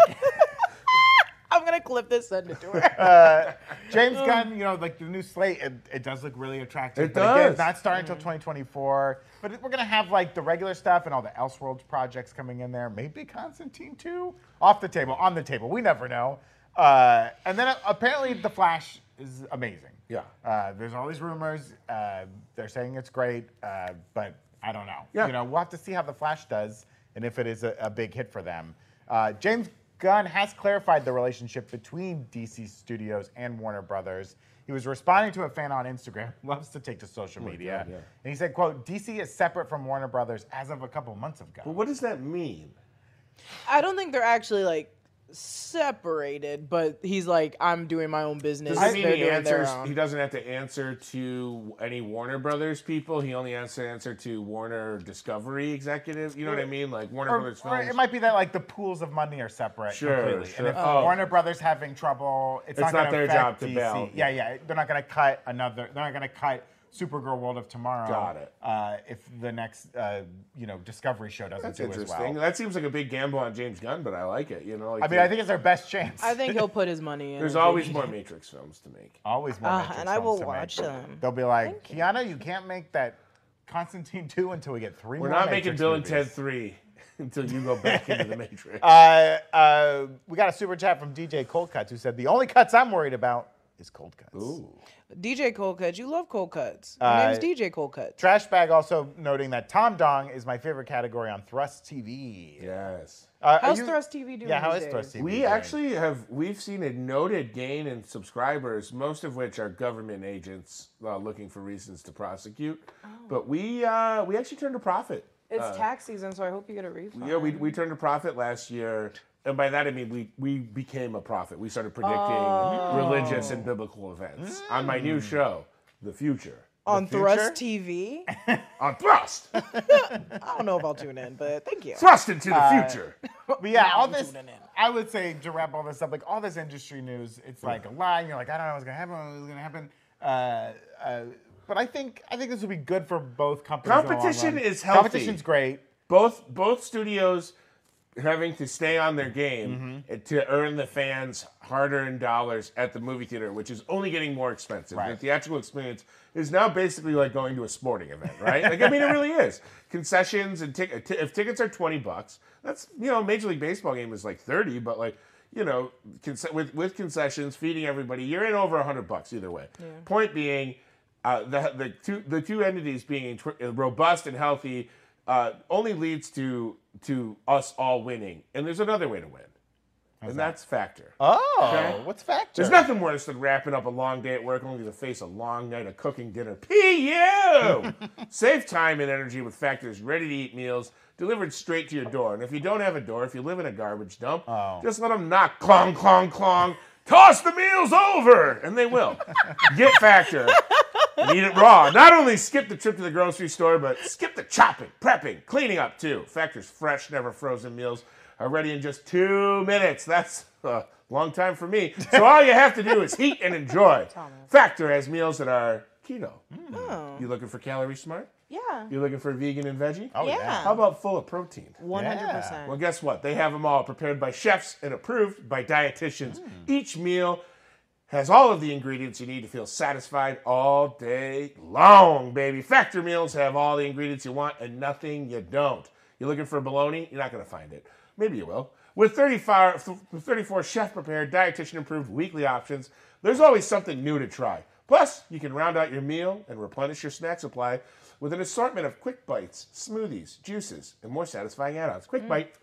[SPEAKER 3] I'm gonna clip this, send it to her.
[SPEAKER 1] James Gunn, you know, like the new slate, it, it does look really attractive.
[SPEAKER 2] Um, It
[SPEAKER 1] but again,
[SPEAKER 2] does.
[SPEAKER 1] it's not starting until 2024. But we're gonna have like the regular stuff and all the Elseworlds projects coming in there. Maybe Constantine too. Off the table, on the table. We never know. Uh, and then uh, apparently, The Flash is amazing.
[SPEAKER 2] Yeah.
[SPEAKER 1] Uh, there's all these rumors. Uh, they're saying it's great, uh, but I don't know.
[SPEAKER 2] Yeah.
[SPEAKER 1] You know, we'll have to see how The Flash does and if it is a, a big hit for them. Uh, James Gunn has clarified the relationship between DC Studios and Warner Brothers. He was responding to a fan on Instagram, loves to take to social media,
[SPEAKER 2] Oh God, yeah.
[SPEAKER 1] and he said, "quote DC is separate from Warner Brothers as of a couple months ago."
[SPEAKER 2] What does that mean?
[SPEAKER 3] I don't think they're actually like separated, but he's like, I'm doing my own business.
[SPEAKER 2] Does it mean
[SPEAKER 3] they're
[SPEAKER 2] he
[SPEAKER 3] doing their
[SPEAKER 2] answers? He
[SPEAKER 3] own.
[SPEAKER 2] doesn't have to answer to any Warner Brothers people. He only has to answer to Warner Discovery executive. You know what I mean? Like Warner
[SPEAKER 1] Or,
[SPEAKER 2] Brothers
[SPEAKER 1] or
[SPEAKER 2] films.
[SPEAKER 1] it might be that like the pools of money are separate
[SPEAKER 2] Sure,
[SPEAKER 1] completely, and
[SPEAKER 2] sure.
[SPEAKER 1] if
[SPEAKER 2] Oh.
[SPEAKER 1] Warner Brothers having trouble, it's,
[SPEAKER 2] It's
[SPEAKER 1] not,
[SPEAKER 2] not
[SPEAKER 1] gonna
[SPEAKER 2] their
[SPEAKER 1] affect
[SPEAKER 2] job to
[SPEAKER 1] DC.
[SPEAKER 2] bail.
[SPEAKER 1] Yeah, yeah, they're not going to cut another. They're not going to cut Supergirl World of Tomorrow.
[SPEAKER 2] Got it.
[SPEAKER 1] Uh, if the next, uh, you know, Discovery show doesn't
[SPEAKER 2] That's
[SPEAKER 1] do as well.
[SPEAKER 2] interesting. That seems like a big gamble on James Gunn, but I like it. You know, like
[SPEAKER 1] I mean, I think it's our best chance.
[SPEAKER 3] I think he'll put his money in.
[SPEAKER 2] there's
[SPEAKER 3] if he-
[SPEAKER 2] always more Matrix films to make.
[SPEAKER 1] always more.
[SPEAKER 3] Uh,
[SPEAKER 1] Matrix
[SPEAKER 3] and I
[SPEAKER 1] films
[SPEAKER 3] will
[SPEAKER 1] to make.
[SPEAKER 3] watch them.
[SPEAKER 1] They'll be like, Kiana, you can't make that Constantine two until we get three.
[SPEAKER 2] We're
[SPEAKER 1] more
[SPEAKER 2] not
[SPEAKER 1] Matrix
[SPEAKER 2] making Bill and
[SPEAKER 1] movies.
[SPEAKER 2] Ted three until you go back into the Matrix.
[SPEAKER 1] Uh, uh, we got a super chat from DJ Cold Cuts who said the only cuts I'm worried about is cold cuts.
[SPEAKER 2] Ooh.
[SPEAKER 3] DJ Cold Cuts. You love Cold Cuts. My
[SPEAKER 1] Uh,
[SPEAKER 3] name's DJ Cold Cuts.
[SPEAKER 1] Trash bag also noting that Tom Dong is my favorite category on Thrust TV.
[SPEAKER 2] Yes.
[SPEAKER 1] Uh, are
[SPEAKER 3] How's
[SPEAKER 1] you-
[SPEAKER 3] Thrust TV doing?
[SPEAKER 1] Yeah, how is
[SPEAKER 3] these days?
[SPEAKER 1] Thrust TV?
[SPEAKER 2] We
[SPEAKER 1] doing?
[SPEAKER 2] actually have we've seen a noted gain in subscribers, most of which are government agents uh, looking for reasons to prosecute. But we uh, we actually turned a profit.
[SPEAKER 3] It's tax season, so I hope you get a refund.
[SPEAKER 2] Yeah, we, we turned a profit last year, and by that I mean we we became a prophet. We started predicting religious and biblical events on my new show, The Future,
[SPEAKER 3] on
[SPEAKER 1] future?
[SPEAKER 3] Thrust TV. I
[SPEAKER 2] on Thrust,
[SPEAKER 3] don't know if I'll tune in, but thank you.
[SPEAKER 2] Thrust into the future.
[SPEAKER 1] But yeah,
[SPEAKER 3] Now
[SPEAKER 1] all
[SPEAKER 3] I'm
[SPEAKER 1] this.
[SPEAKER 3] tuning in.
[SPEAKER 1] I would say to wrap all this up, like all this industry news, it's like a lie. And you're like, I don't know what's gonna happen. What's gonna happen? Uh, uh, but I think I think this will be good for both companies. in the long
[SPEAKER 2] Competition
[SPEAKER 1] run.
[SPEAKER 2] is healthy.
[SPEAKER 1] Competition's great.
[SPEAKER 2] both both studios having to stay on their game to earn the fans hard-earned dollars at the movie theater, which is only getting more expensive. The
[SPEAKER 1] Right.
[SPEAKER 2] theatrical experience is now basically like going to a sporting event, right? like I mean, it really is. Concessions and tickets. if tickets are twenty bucks, that's you know, Major League Baseball game is like thirty, but like. You know, conce- with with concessions, feeding everybody, you're in over hundred bucks either way. Point being, uh, the, the two the two entities being tw- uh, robust and healthy uh, only leads to to us all winning. And there's another way to win. and that's Factor.
[SPEAKER 1] Oh,
[SPEAKER 2] Okay.
[SPEAKER 1] what's factor?
[SPEAKER 2] There's nothing worse than wrapping up a long day at work only to face a long night of cooking dinner. PU! Save time and energy with Factor's ready to eat meals delivered straight to your door. And if you don't have a door, if you live in a garbage dump,
[SPEAKER 1] Oh.
[SPEAKER 2] just let them knock clong, clong, clong. Toss the meals over! And they will. Get Factor. and Eat it raw. Not only skip the trip to the grocery store, but skip the chopping, prepping, cleaning up too. Factor's fresh, never frozen meals are ready in just two minutes. That's a long time for me. So all you have to do is heat and enjoy. Factor has meals that are keto. You looking for calorie smart?
[SPEAKER 3] Yeah.
[SPEAKER 2] You looking for vegan and veggie?
[SPEAKER 1] Oh, yeah.
[SPEAKER 3] Yeah.
[SPEAKER 2] How about full of protein?
[SPEAKER 3] 100%.
[SPEAKER 2] Well, guess what? They have them all prepared by chefs and approved by dietitians. Each meal has all of the ingredients you need to feel satisfied all day long, baby. Factor meals have all the ingredients you want and nothing you don't. You're looking for bologna? You're not going to find it. Maybe you will. With 34, f- 34 chef prepared, dietitian approved weekly options, there's always something new to try. Plus, you can round out your meal and replenish your snack supply with an assortment of quick bites, smoothies, juices, and more satisfying add ons. Quick bite,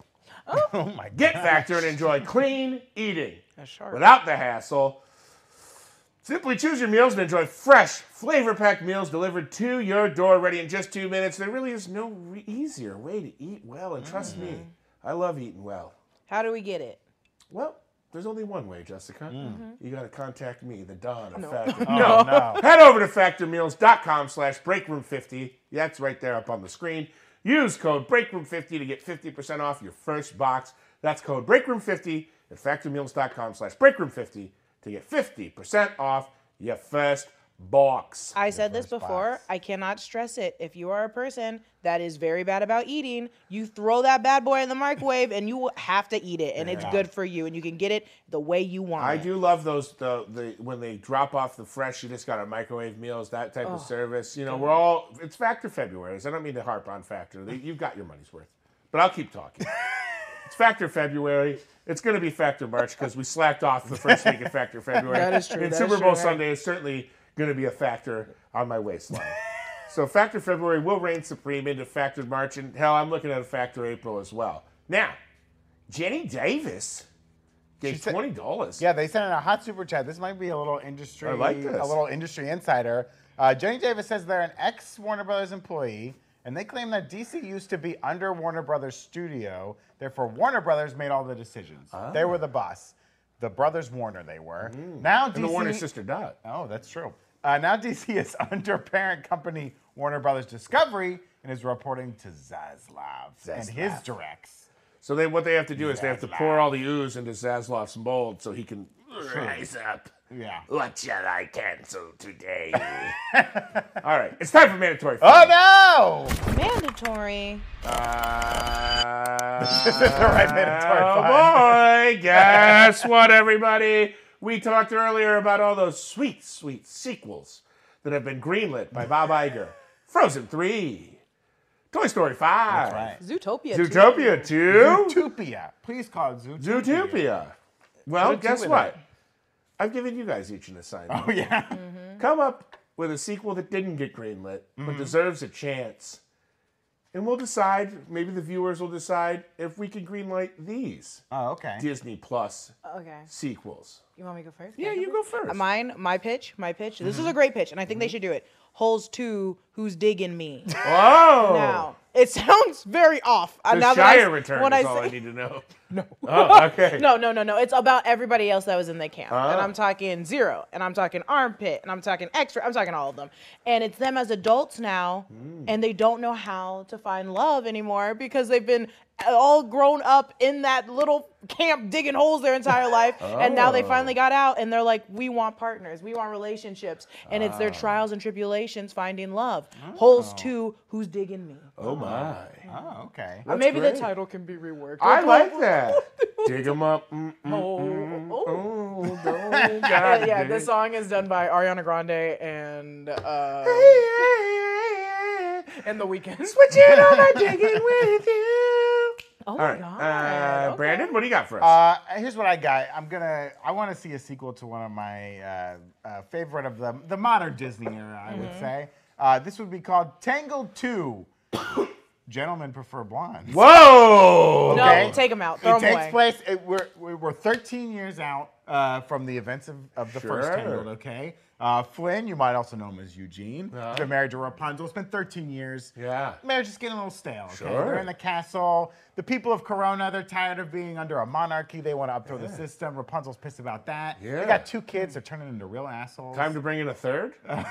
[SPEAKER 1] Oh my god.
[SPEAKER 2] get Factor and enjoy clean eating
[SPEAKER 3] shark.
[SPEAKER 2] without the hassle. Simply choose your meals and enjoy fresh, flavor packed meals delivered to your door ready in just two minutes. There really is no re- easier way to eat well, and trust me, I love eating well.
[SPEAKER 3] How do we get it?
[SPEAKER 2] Well, there's only one way, Jessica. You got to contact me, the Don of
[SPEAKER 3] No.
[SPEAKER 2] Factor.
[SPEAKER 1] Oh no.
[SPEAKER 2] Head over to factormeals.com slash breakroom50. That's right there up on the screen. Use code breakroom50 to get 50% off your first box. That's code breakroom50 at factormeals.com slash breakroom50 to get 50% off your first box.
[SPEAKER 3] I said this before.
[SPEAKER 1] box.
[SPEAKER 3] I cannot stress it. If you are a person that is very bad about eating, you throw that bad boy in the microwave and you will have to eat it, and it's
[SPEAKER 1] Yeah.
[SPEAKER 3] good for you, and you can get it the way you want.
[SPEAKER 2] I
[SPEAKER 3] it.
[SPEAKER 2] do love those the, the when they drop off the fresh. You just got a microwave meals, that type of service. You know, we're all it's Factor Februarys. I don't mean to harp on Factor. They- You've got your money's worth, but I'll keep talking. it's Factor February. It's going to be Factor March because we slacked off the first week of Factor February.
[SPEAKER 3] That is true,
[SPEAKER 2] And
[SPEAKER 3] that is
[SPEAKER 2] Super
[SPEAKER 3] true,
[SPEAKER 2] Bowl
[SPEAKER 3] right.
[SPEAKER 2] Sunday is certainly going to be a factor on my waistline. so Factor February will reign supreme into Factor March, and hell, I'm looking at a Factor April as well. Now, Jenny Davis. Gave
[SPEAKER 1] said-
[SPEAKER 2] twenty dollars.
[SPEAKER 1] Yeah, they sent in a hot super chat. This might be a little industry,
[SPEAKER 2] I like this.
[SPEAKER 1] a little industry insider. Uh, Jenny Davis says they're an ex Warner Brothers employee, and they claim that DC used to be under Warner Brothers Studio. Therefore, Warner Brothers made all the decisions. They were the boss. The brothers Warner, they were. Now DC.
[SPEAKER 2] Ah. Mm-hmm. And the Warner sister died.
[SPEAKER 1] Oh, that's true. Uh, now DC is under parent company Warner Brothers Discovery and is reporting to Zaslav, and his
[SPEAKER 2] Zaslav.
[SPEAKER 1] directs.
[SPEAKER 2] So they what they have to do is they have to pour all the ooze into Zaslav's mold so he can rise up.
[SPEAKER 1] Yeah.
[SPEAKER 2] What shall I cancel today? all right, it's time for mandatory.
[SPEAKER 1] Oh no!
[SPEAKER 3] mandatory.
[SPEAKER 2] Uh,
[SPEAKER 1] This is the right mandatory
[SPEAKER 2] oh
[SPEAKER 1] fun.
[SPEAKER 2] boy, guess what, everybody? We talked earlier about all those sweet, sweet sequels that have been greenlit by Bob Iger. Frozen 3, Toy Story 5,
[SPEAKER 1] That's right.
[SPEAKER 3] Zootopia. too.
[SPEAKER 2] Zootopia 2,
[SPEAKER 1] Zootopia. Please call it Zootopia.
[SPEAKER 2] Oh. Zootopia. Uh-huh. Well,
[SPEAKER 1] Put a two
[SPEAKER 2] guess
[SPEAKER 1] in
[SPEAKER 2] what?
[SPEAKER 1] it.
[SPEAKER 2] I've given you guys each an assignment.
[SPEAKER 1] Oh yeah.
[SPEAKER 2] Come up with a sequel that didn't get greenlit but deserves a chance. And we'll decide, maybe the viewers will decide if we can greenlight these
[SPEAKER 1] Oh, okay.
[SPEAKER 2] Disney Plus
[SPEAKER 3] Okay.
[SPEAKER 2] sequels.
[SPEAKER 3] You want me to go first?
[SPEAKER 2] Yeah, you go Mm-hmm. first.
[SPEAKER 3] Mine, my pitch, my pitch. This is a great pitch, and I think they should do it. Holes two, who's digging me?
[SPEAKER 2] Oh!
[SPEAKER 3] Now it sounds very off. Uh,
[SPEAKER 2] The
[SPEAKER 3] now that I
[SPEAKER 2] Shire
[SPEAKER 3] s-
[SPEAKER 2] return
[SPEAKER 3] when
[SPEAKER 2] is
[SPEAKER 3] I
[SPEAKER 2] all
[SPEAKER 3] say-
[SPEAKER 2] I need to know. no. Oh, okay.
[SPEAKER 3] No, no, no, no. It's about everybody else that was in the camp. And
[SPEAKER 2] Ah.
[SPEAKER 3] I'm talking zero, and I'm talking armpit, and I'm talking extra, I'm talking all of them. And it's them as adults now,
[SPEAKER 2] Hmm.
[SPEAKER 3] and they don't know how to find love anymore because they've been all grown up in that little camp digging holes their entire life. And now they
[SPEAKER 2] Oh.
[SPEAKER 3] finally got out, and they're like, we want partners, we want relationships. And it's
[SPEAKER 2] Ah.
[SPEAKER 3] their trials and tribulations finding love. Holes two, who's digging me?
[SPEAKER 2] Oh, my.
[SPEAKER 1] Oh, okay.
[SPEAKER 3] Or maybe
[SPEAKER 2] great.
[SPEAKER 3] the title can be reworked.
[SPEAKER 2] I like that. Dig them up. mm, mm,
[SPEAKER 3] Oh, oh.
[SPEAKER 2] Oh, don't
[SPEAKER 3] yeah,
[SPEAKER 2] gotta
[SPEAKER 3] yeah,
[SPEAKER 2] dig.
[SPEAKER 3] this song is done by Ariana Grande and uh, and The Weeknd.
[SPEAKER 2] Switch it on my digging with you.
[SPEAKER 3] Oh
[SPEAKER 2] All right, uh,
[SPEAKER 3] okay.
[SPEAKER 2] Brandon, what do you got for us?
[SPEAKER 1] Uh, here's what I got. I'm gonna. I want to see a sequel to one of my uh, uh, favorite of the
[SPEAKER 3] Mm-hmm.
[SPEAKER 1] the modern Disney era. I would say uh, this would be called Tangled Two. Gentlemen prefer blondes.
[SPEAKER 2] Whoa!
[SPEAKER 3] No,
[SPEAKER 1] Okay.
[SPEAKER 3] take him out. Throw
[SPEAKER 1] It
[SPEAKER 3] him
[SPEAKER 1] takes
[SPEAKER 3] away.
[SPEAKER 1] place. It, we're we're we're 13 years out uh, from the events of, of the first
[SPEAKER 2] Sure.
[SPEAKER 1] Tangled. Okay, uh, Flynn, you might also know him as Eugene.
[SPEAKER 2] Yeah.
[SPEAKER 1] He's been married to Rapunzel. It's been 13 years.
[SPEAKER 2] Yeah.
[SPEAKER 1] marriage is getting a little stale. Okay?
[SPEAKER 2] Sure.
[SPEAKER 1] They're in the castle. The people of Corona, they're tired of being under a monarchy. They want to upthrow the system. Rapunzel's pissed about that.
[SPEAKER 2] Yeah.
[SPEAKER 1] They got two kids. They're turning into real assholes.
[SPEAKER 2] Time to bring in a third?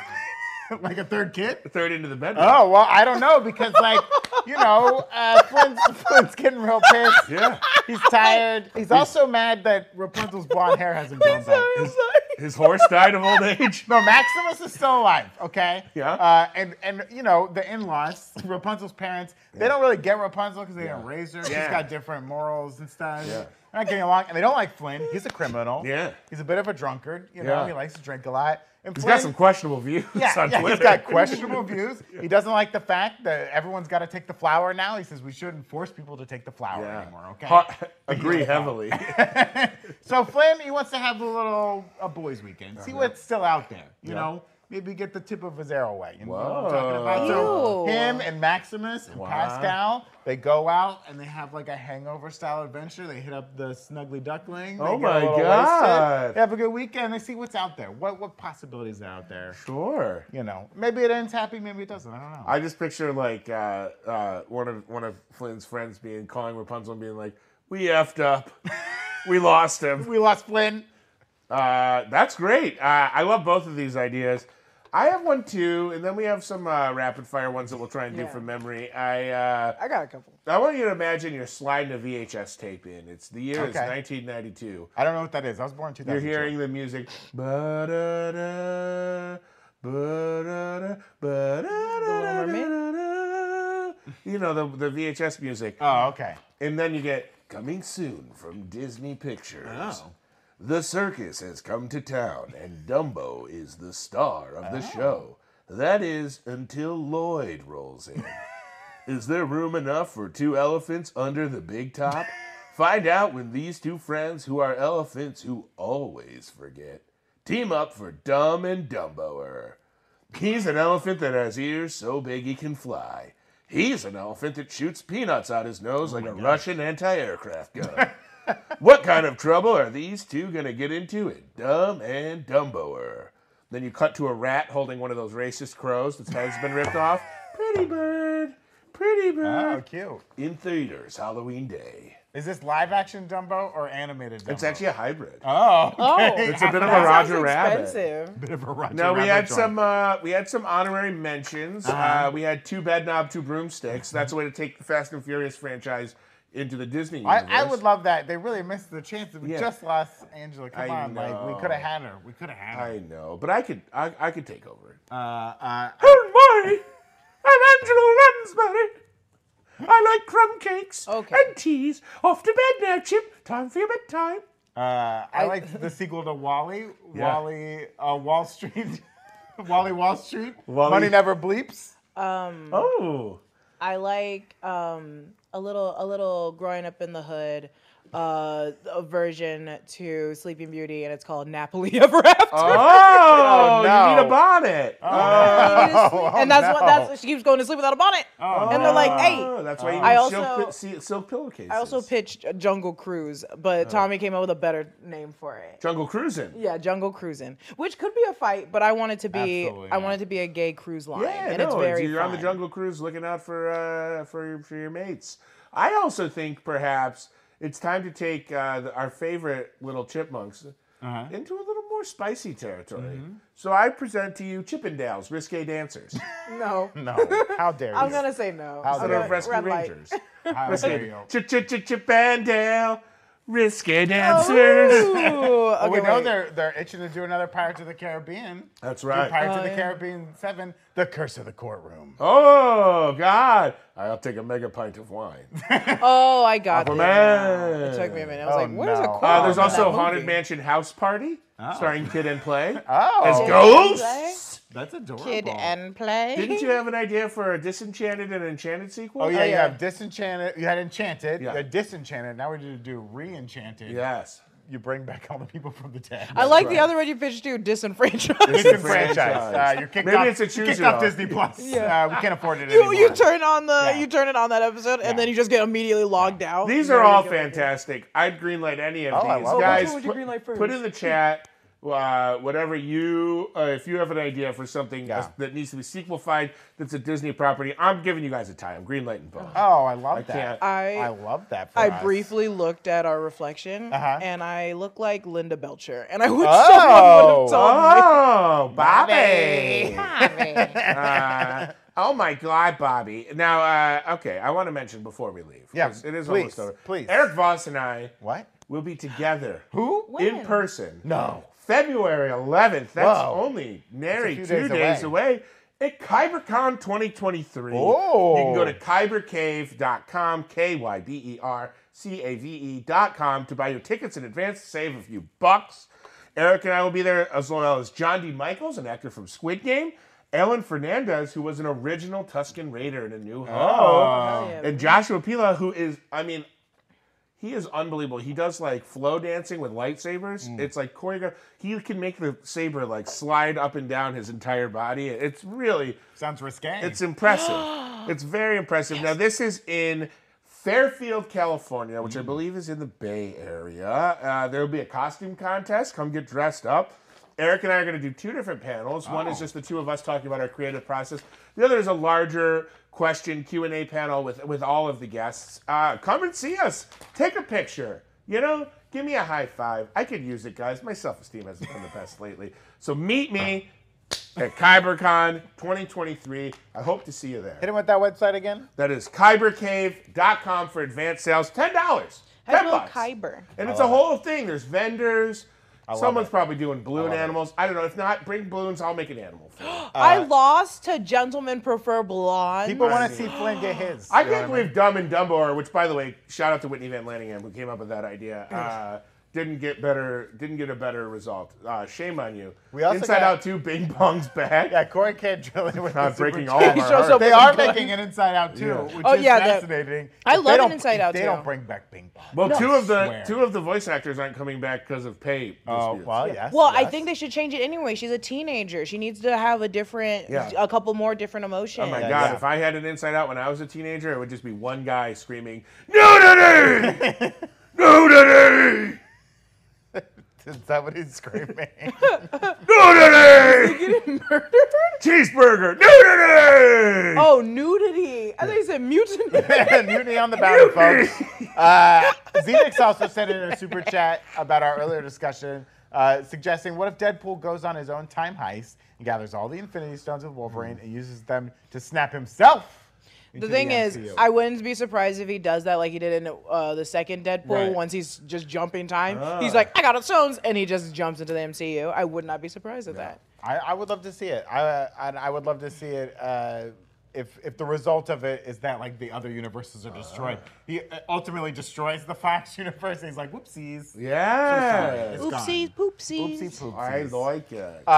[SPEAKER 1] like a third kid.
[SPEAKER 2] A third into the bedroom.
[SPEAKER 1] Oh well, I don't know because like you know, uh, Flynn's, Flynn's getting real pissed.
[SPEAKER 2] Yeah.
[SPEAKER 1] He's tired. He's also mad that Rapunzel's blonde hair hasn't grown back.
[SPEAKER 3] I'm sorry.
[SPEAKER 2] His horse died of old age.
[SPEAKER 1] No, Maximus is still alive. Okay.
[SPEAKER 2] Yeah.
[SPEAKER 1] Uh, and and you know the in-laws, Rapunzel's parents, they don't really get Rapunzel because they didn't raise her. She's
[SPEAKER 2] Yeah.
[SPEAKER 1] got different morals and stuff.
[SPEAKER 2] Yeah.
[SPEAKER 1] They're not getting along, and they don't like Flynn. He's a criminal.
[SPEAKER 2] Yeah.
[SPEAKER 1] He's a bit of a drunkard. You know,
[SPEAKER 2] Yeah.
[SPEAKER 1] he likes to drink a lot. And
[SPEAKER 2] He's
[SPEAKER 1] Flynn,
[SPEAKER 2] got some questionable views
[SPEAKER 1] yeah,
[SPEAKER 2] on
[SPEAKER 1] yeah,
[SPEAKER 2] Twitter.
[SPEAKER 1] he's got questionable views. He doesn't like the fact that everyone's got to take the flower now. He says we shouldn't force people to take the flower
[SPEAKER 2] Yeah.
[SPEAKER 1] anymore. Okay.
[SPEAKER 2] Ha- agree heavily.
[SPEAKER 1] so Flynn, he wants to have a little a boys' weekend. See what's still out there. You
[SPEAKER 2] Uh-huh. Yeah.
[SPEAKER 1] know, maybe get the tip of his arrow away. You know what
[SPEAKER 2] Whoa.
[SPEAKER 1] I'm talking about? So
[SPEAKER 3] Ew.
[SPEAKER 1] him and Maximus and
[SPEAKER 2] Wow.
[SPEAKER 1] Pascal, they go out and they have like a hangover style adventure. They hit up the Snuggly Duckling. They
[SPEAKER 2] Oh
[SPEAKER 1] get a
[SPEAKER 2] my
[SPEAKER 1] little wasted.
[SPEAKER 2] God.
[SPEAKER 1] They have a good weekend. They see what's out there. What what possibilities are out there?
[SPEAKER 2] sure.
[SPEAKER 1] You know, maybe it ends happy, maybe it doesn't. I don't know.
[SPEAKER 2] I just picture like uh, uh, one of one of Flynn's friends being calling Rapunzel and being like, "We effed up, we lost him."
[SPEAKER 1] we lost Flynn.
[SPEAKER 2] Uh, that's great. Uh, I love both of these ideas. I have one too, and then we have some uh, rapid fire ones that we'll try and do
[SPEAKER 3] Yeah.
[SPEAKER 2] from memory. I uh,
[SPEAKER 3] I got a couple.
[SPEAKER 2] I want you to imagine you're sliding a VHS tape in. It's the year is
[SPEAKER 1] Okay.
[SPEAKER 2] 1992.
[SPEAKER 1] I don't know what that is. I was born in 2000.
[SPEAKER 2] You're hearing the music. Ba-da-da, ba-da-da, ba-da-da-da-da-da. You know the the VHS music,
[SPEAKER 1] Oh, okay.
[SPEAKER 2] and then you get coming soon from Disney Pictures.
[SPEAKER 1] Oh.
[SPEAKER 2] The circus has come to town, and Dumbo is the star of the show. That is until Lloyd rolls in. is there room enough for two elephants under the big top? Find out when these two friends, who are elephants who always forget, team up for Dumb and Dumboer. He's an elephant that has ears so big he can fly. He's an elephant that shoots peanuts out his nose like a Russian anti aircraft gun. What kind of trouble are these two going to get into at Dumb and Dumboer? Then you cut to a rat holding one of those racist crows that's head's been ripped off. Pretty bird, pretty
[SPEAKER 1] Oh,
[SPEAKER 2] bird.
[SPEAKER 1] cute.
[SPEAKER 2] In theaters, Halloween Day.
[SPEAKER 1] Is this live action Dumbo or animated Dumbo?
[SPEAKER 2] It's actually a hybrid.
[SPEAKER 1] Oh, okay.
[SPEAKER 2] It's a bit of
[SPEAKER 3] That
[SPEAKER 2] a Roger
[SPEAKER 3] sounds
[SPEAKER 2] Rabbit.
[SPEAKER 3] expensive.
[SPEAKER 1] bit of a Roger
[SPEAKER 2] No, we
[SPEAKER 1] Rabbit
[SPEAKER 2] had
[SPEAKER 1] joint.
[SPEAKER 2] some. Uh, we had some honorary mentions. uh
[SPEAKER 3] Uh-huh.
[SPEAKER 2] we had two bed knob, two broomsticks. That's a way to take the Fast and Furious franchise into the Disney
[SPEAKER 1] I,
[SPEAKER 2] universe.
[SPEAKER 1] I would love that. They really missed the chance. that We
[SPEAKER 2] Yeah.
[SPEAKER 1] just lost Angela. Come
[SPEAKER 2] I
[SPEAKER 1] on, like we
[SPEAKER 2] know.
[SPEAKER 1] could have had her. We could have had her.
[SPEAKER 2] I know, but I could. I, I could take over.
[SPEAKER 3] Uh-huh.
[SPEAKER 1] Uh, uh,
[SPEAKER 2] Don't worry, I'm Angela Lansbury. I like crumb cakes
[SPEAKER 3] Okay.
[SPEAKER 2] and teas. Off to bed now, Chip. Time for your bedtime.
[SPEAKER 1] uh, I like the sequel to Wally.
[SPEAKER 2] Yeah.
[SPEAKER 1] Wally uh, Wall Street. Wally Wall Street.
[SPEAKER 2] Wall-E.
[SPEAKER 1] Money never bleeps.
[SPEAKER 3] Mm.
[SPEAKER 2] Oh,
[SPEAKER 3] I like um, a little a little growing up in the hood uh, a version to Sleeping Beauty, and it's called Napoli Ever After.
[SPEAKER 2] oh,
[SPEAKER 1] no.
[SPEAKER 2] you need a bonnet.
[SPEAKER 3] Oh, You need to sleep-
[SPEAKER 1] oh,
[SPEAKER 3] and that's
[SPEAKER 1] no.
[SPEAKER 3] what that's she keeps going to sleep without a bonnet. and they're like, hey.
[SPEAKER 2] Oh, that's why you need
[SPEAKER 3] I
[SPEAKER 2] silk,
[SPEAKER 3] also-
[SPEAKER 2] pi- si- silk pillowcases.
[SPEAKER 3] I also pitched Jungle Cruise, but
[SPEAKER 2] Oh.
[SPEAKER 3] Tommy came up with a better name for it.
[SPEAKER 2] jungle cruising.
[SPEAKER 3] Yeah, Jungle Cruising, which could be a fight, but I want it to be
[SPEAKER 1] Absolutely
[SPEAKER 3] I
[SPEAKER 1] not.
[SPEAKER 3] want it to be a gay cruise line,
[SPEAKER 2] Yeah,
[SPEAKER 3] and
[SPEAKER 2] no,
[SPEAKER 3] it's very
[SPEAKER 2] you're on the
[SPEAKER 3] fun.
[SPEAKER 2] jungle cruise looking out for uh, for your, for your mates. I also think perhaps it's time to take uh, the, our favorite little chipmunks
[SPEAKER 3] Uh-huh.
[SPEAKER 2] into a little more spicy territory.
[SPEAKER 3] Mm-hmm.
[SPEAKER 2] So I present to you Chippendales, Risque Dancers,
[SPEAKER 3] No,
[SPEAKER 1] No, how dare you?
[SPEAKER 3] I'm gonna say no.
[SPEAKER 1] How
[SPEAKER 3] I'm
[SPEAKER 1] dare
[SPEAKER 2] Little
[SPEAKER 3] gonna,
[SPEAKER 1] you.
[SPEAKER 2] Rescue
[SPEAKER 3] red light.
[SPEAKER 2] Rangers,
[SPEAKER 1] How dare you?
[SPEAKER 2] Chippendale, Risque
[SPEAKER 3] Ooh,
[SPEAKER 2] Dancers.
[SPEAKER 1] Oh,
[SPEAKER 3] Oh, okay,
[SPEAKER 1] we know
[SPEAKER 3] wait.
[SPEAKER 1] they're they're itching to do another Pirates of the Caribbean.
[SPEAKER 2] That's
[SPEAKER 1] Do
[SPEAKER 2] right.
[SPEAKER 1] Pirates of
[SPEAKER 3] Oh,
[SPEAKER 1] the
[SPEAKER 3] yeah.
[SPEAKER 1] Caribbean Seven: The Curse of the Courtroom.
[SPEAKER 2] Oh God! I'll take a mega pint of wine.
[SPEAKER 3] Oh, I got it.
[SPEAKER 2] Aquaman.
[SPEAKER 3] It took me a minute. I was
[SPEAKER 1] Oh,
[SPEAKER 3] like, "Where's a
[SPEAKER 1] no.
[SPEAKER 3] corn?"
[SPEAKER 2] Uh, there's
[SPEAKER 3] in
[SPEAKER 2] also
[SPEAKER 3] that
[SPEAKER 2] Haunted
[SPEAKER 3] movie?
[SPEAKER 2] Mansion House Party, starring Kid and Play.
[SPEAKER 1] Oh,
[SPEAKER 2] As
[SPEAKER 3] Kid and
[SPEAKER 2] ghosts.
[SPEAKER 1] that's adorable.
[SPEAKER 3] Kid and play.
[SPEAKER 2] Didn't you have an idea for a Disenchanted and Enchanted sequel?
[SPEAKER 1] Oh yeah, you
[SPEAKER 3] yeah.
[SPEAKER 1] have disenchanted. You had enchanted.
[SPEAKER 2] Yeah.
[SPEAKER 1] You had disenchanted. Now we're going to do reenchanted.
[SPEAKER 2] Yes.
[SPEAKER 1] you bring back all the people from the dead.
[SPEAKER 3] I like the
[SPEAKER 2] right.
[SPEAKER 3] other one you pitched too, disenfranchised.
[SPEAKER 1] Disenfranchised.
[SPEAKER 2] Disenfranchised.
[SPEAKER 1] Uh, you're kicked
[SPEAKER 2] Maybe
[SPEAKER 1] off,
[SPEAKER 2] it's a
[SPEAKER 1] you're
[SPEAKER 2] choose
[SPEAKER 1] kicked
[SPEAKER 2] your
[SPEAKER 1] off
[SPEAKER 2] own.
[SPEAKER 1] Disney Plus.
[SPEAKER 3] Yeah.
[SPEAKER 1] Uh, we can't afford it
[SPEAKER 3] You,
[SPEAKER 1] anymore.
[SPEAKER 3] you turn on the
[SPEAKER 1] Yeah.
[SPEAKER 3] you turn it on that episode,
[SPEAKER 1] Yeah.
[SPEAKER 3] and then you just get immediately logged out.
[SPEAKER 2] These
[SPEAKER 3] You
[SPEAKER 2] are
[SPEAKER 3] never
[SPEAKER 2] all
[SPEAKER 3] go back in.
[SPEAKER 2] fantastic. I'd greenlight any of
[SPEAKER 1] Oh, I
[SPEAKER 2] these.
[SPEAKER 1] love
[SPEAKER 2] Guys,
[SPEAKER 3] that. Which one would you
[SPEAKER 2] put-
[SPEAKER 3] greenlight first?
[SPEAKER 2] Put in the chat uh, whatever you, uh, if you have an idea for something
[SPEAKER 1] Yeah.
[SPEAKER 2] that's- that needs to be sequelified that's a Disney property, I'm giving you guys a tie. I'm greenlighting both.
[SPEAKER 1] Oh, I love
[SPEAKER 2] I
[SPEAKER 1] that.
[SPEAKER 2] can't.
[SPEAKER 3] I-
[SPEAKER 1] I love that. For
[SPEAKER 3] I
[SPEAKER 1] us.
[SPEAKER 3] briefly looked at our reflection,
[SPEAKER 1] Uh-huh.
[SPEAKER 3] and I look like Linda Belcher, and I wish
[SPEAKER 1] Oh.
[SPEAKER 3] someone would have told me.
[SPEAKER 2] Oh, Bobby. uh, oh my God, Bobby. Now, uh, okay, I want to mention before we leave.
[SPEAKER 1] Yeah,
[SPEAKER 2] 'cause it is
[SPEAKER 1] please,
[SPEAKER 2] almost over.
[SPEAKER 1] please.
[SPEAKER 2] Eric Voss and I
[SPEAKER 1] What?
[SPEAKER 2] will be together.
[SPEAKER 1] Who?
[SPEAKER 2] in
[SPEAKER 3] When?
[SPEAKER 2] person.
[SPEAKER 1] No.
[SPEAKER 2] February 11th. That's
[SPEAKER 1] Whoa.
[SPEAKER 2] only nary
[SPEAKER 1] That's a few
[SPEAKER 2] two
[SPEAKER 1] days
[SPEAKER 2] days away. At KyberCon 2023.
[SPEAKER 1] Oh.
[SPEAKER 2] You can go to kybercave.com, K Y B E R C A V E.com to buy your tickets in advance, save a few bucks. Eric and I will be there, as well as John D. Michaels, an actor from Squid Game, Ellen Fernandez, who was an original Tuscan Raider in A New Hope,
[SPEAKER 1] Oh.
[SPEAKER 3] Hell yeah.
[SPEAKER 2] and Joshua Pila, who is, I mean, he is unbelievable. He does like flow dancing with lightsabers. It's like choreograph. He can make the saber like slide up and down his entire body. It's really,
[SPEAKER 1] Sounds risque.
[SPEAKER 2] it's impressive. it's very impressive. Now this is in Fairfield, California, which I believe is in the Bay Area. Uh, there will be a costume contest. Come get dressed up. Eric and I are going to do two different panels. One is
[SPEAKER 1] Oh.
[SPEAKER 2] just the two of us talking about our creative process. The other is a larger question Q and A panel with with all of the guests. Uh, come and see us. Take a picture. You know, give me a high five. I could use it, guys. My self esteem hasn't been the best lately. So meet me at KyberCon 2023. I hope to see you there.
[SPEAKER 1] Hit him with that website again.
[SPEAKER 2] That is kybercave.com for advanced sales. Ten dollars.
[SPEAKER 3] How do you
[SPEAKER 2] Ten
[SPEAKER 3] know
[SPEAKER 2] bucks.
[SPEAKER 3] Kyber?
[SPEAKER 2] And it's a whole thing. There's vendors.
[SPEAKER 1] love
[SPEAKER 2] Someone's
[SPEAKER 1] it.
[SPEAKER 2] probably doing balloon
[SPEAKER 1] love it.
[SPEAKER 2] animals. I don't know. If not, bring balloons. I'll make an animal for you.
[SPEAKER 3] I lost to Gentlemen Prefer Blonde.
[SPEAKER 1] Uh, People want to see Flynn get his.
[SPEAKER 2] I
[SPEAKER 1] You know
[SPEAKER 2] can't
[SPEAKER 1] what mean?
[SPEAKER 2] believe Dumb and Dumbo, are- which by the way, shout out to Whitney Van Lanningham who came up with that idea. Uh, didn't get better. Didn't get a better result. Uh, shame on you.
[SPEAKER 1] We also
[SPEAKER 2] Inside
[SPEAKER 1] got-
[SPEAKER 2] Out Two, Bing Bong's back.
[SPEAKER 1] Yeah, Corey Candrelli with
[SPEAKER 2] Not
[SPEAKER 1] the
[SPEAKER 2] breaking
[SPEAKER 1] super
[SPEAKER 2] all
[SPEAKER 1] chat.
[SPEAKER 2] of our
[SPEAKER 3] Shows
[SPEAKER 2] hearts.
[SPEAKER 3] up
[SPEAKER 1] They
[SPEAKER 3] with
[SPEAKER 1] are
[SPEAKER 3] the blood.
[SPEAKER 1] making an Inside Out too, which
[SPEAKER 3] Oh,
[SPEAKER 1] is
[SPEAKER 3] yeah, the-
[SPEAKER 1] fascinating.
[SPEAKER 3] I
[SPEAKER 1] If they
[SPEAKER 3] love an
[SPEAKER 1] don't-
[SPEAKER 3] Inside
[SPEAKER 1] if
[SPEAKER 3] Out,
[SPEAKER 1] They
[SPEAKER 3] too.
[SPEAKER 1] don't bring back Bing Bong.
[SPEAKER 2] Well, two of the
[SPEAKER 1] swear.
[SPEAKER 2] two of the voice actors aren't coming back because of pay.
[SPEAKER 1] Oh
[SPEAKER 2] disputes.
[SPEAKER 1] well, yes.
[SPEAKER 3] Well, I
[SPEAKER 1] yes.
[SPEAKER 3] think they should change it anyway. She's a teenager. She needs to have a different,
[SPEAKER 2] Yeah.
[SPEAKER 3] a couple more different emotions.
[SPEAKER 2] Oh my
[SPEAKER 1] Yeah,
[SPEAKER 2] god,
[SPEAKER 1] yeah.
[SPEAKER 2] if I had an inside out when I was a teenager, it would just be one guy screaming, Nudity! Nudity!
[SPEAKER 1] is that what he's screaming?
[SPEAKER 2] Nudity!
[SPEAKER 3] Murdered?
[SPEAKER 2] Cheeseburger! Nudity!
[SPEAKER 3] Oh, nudity. I thought you said mutiny.
[SPEAKER 1] Mutiny on the bounty, folks. Uh, Xenix also sent in a super chat about our earlier discussion, uh, suggesting what if Deadpool goes on his own time heist and gathers all the Infinity Stones with Wolverine and uses them to snap himself. into
[SPEAKER 3] Mm. The thing is,
[SPEAKER 1] MCU?
[SPEAKER 3] I wouldn't be surprised if he does that like he did in uh, the second Deadpool.
[SPEAKER 2] Right.
[SPEAKER 3] Once he's just jumping time, he's
[SPEAKER 2] Ah.
[SPEAKER 3] like, I got it, stones, and he just jumps into the MCU. I would not be surprised at that.
[SPEAKER 1] I, I would love to see it. I, uh, and I would love to see it uh, if if the result of it is that like the other universes are destroyed. He uh, ultimately destroys the Fox universe. And he's like, whoopsies.
[SPEAKER 2] Yeah.
[SPEAKER 1] So sorry. It's gone.
[SPEAKER 3] Oopsies, poopsies.
[SPEAKER 1] Oopsie poopsies.
[SPEAKER 2] I like it.
[SPEAKER 1] Uh,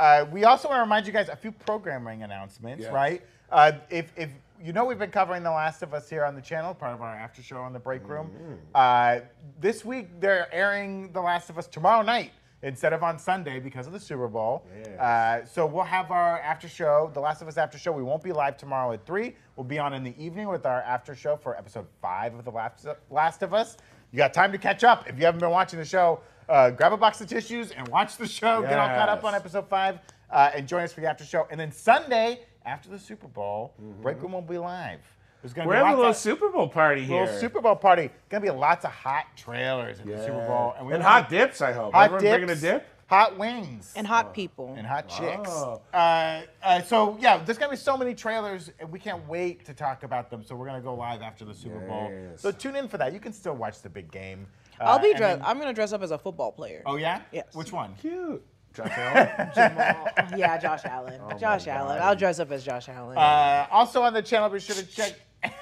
[SPEAKER 1] uh, we also want to remind you guys a few programming announcements,
[SPEAKER 2] Yes.
[SPEAKER 1] right? Uh, if, if you know, we've been covering The Last of Us here on the channel, part of our after show on the break room.
[SPEAKER 2] Mm-hmm.
[SPEAKER 1] Uh, this week, they're airing The Last of Us tomorrow night instead of on Sunday because of the Super Bowl.
[SPEAKER 2] Yes.
[SPEAKER 1] Uh, so we'll have our after show, The Last of Us after show. We won't be live tomorrow at 3. We'll be on in the evening with our after show for episode 5 of The Last, Last of Us. You got time to catch up. If you haven't been watching the show, uh, grab a box of tissues and watch the show. Get all caught up
[SPEAKER 2] Yes.
[SPEAKER 1] on episode five uh, and join us for the after show. And then Sunday, after the Super Bowl, Break Room will be live. There's going to
[SPEAKER 2] We're
[SPEAKER 1] be
[SPEAKER 2] having a little
[SPEAKER 1] lots of,
[SPEAKER 2] Super Bowl party here.
[SPEAKER 1] little Super Bowl party. Going to be lots of hot trailers in the Super Bowl.
[SPEAKER 2] And,
[SPEAKER 1] we
[SPEAKER 2] hot dips, I hope.
[SPEAKER 1] hot
[SPEAKER 2] Everyone
[SPEAKER 1] dips,
[SPEAKER 2] bringing a dip?
[SPEAKER 1] hot wings,
[SPEAKER 3] and hot people.
[SPEAKER 1] and hot chicks.
[SPEAKER 2] Wow.
[SPEAKER 1] Uh, uh, so yeah, there's gonna be so many trailers, and we can't wait to talk about them. So we're gonna go live after the Super Bowl.
[SPEAKER 2] Yes.
[SPEAKER 1] So tune in for that. You can still watch the big game. Uh,
[SPEAKER 3] I'll be
[SPEAKER 1] and
[SPEAKER 3] dressed.
[SPEAKER 1] then-
[SPEAKER 3] I'm gonna dress up as a football player.
[SPEAKER 1] oh yeah.
[SPEAKER 3] Yes.
[SPEAKER 1] Which one?
[SPEAKER 2] Cute. Josh Allen.
[SPEAKER 3] Jamal- yeah, Josh Allen. Josh Allen. I'll dress up as Josh Allen.
[SPEAKER 1] Uh, also on the channel, be sure to check.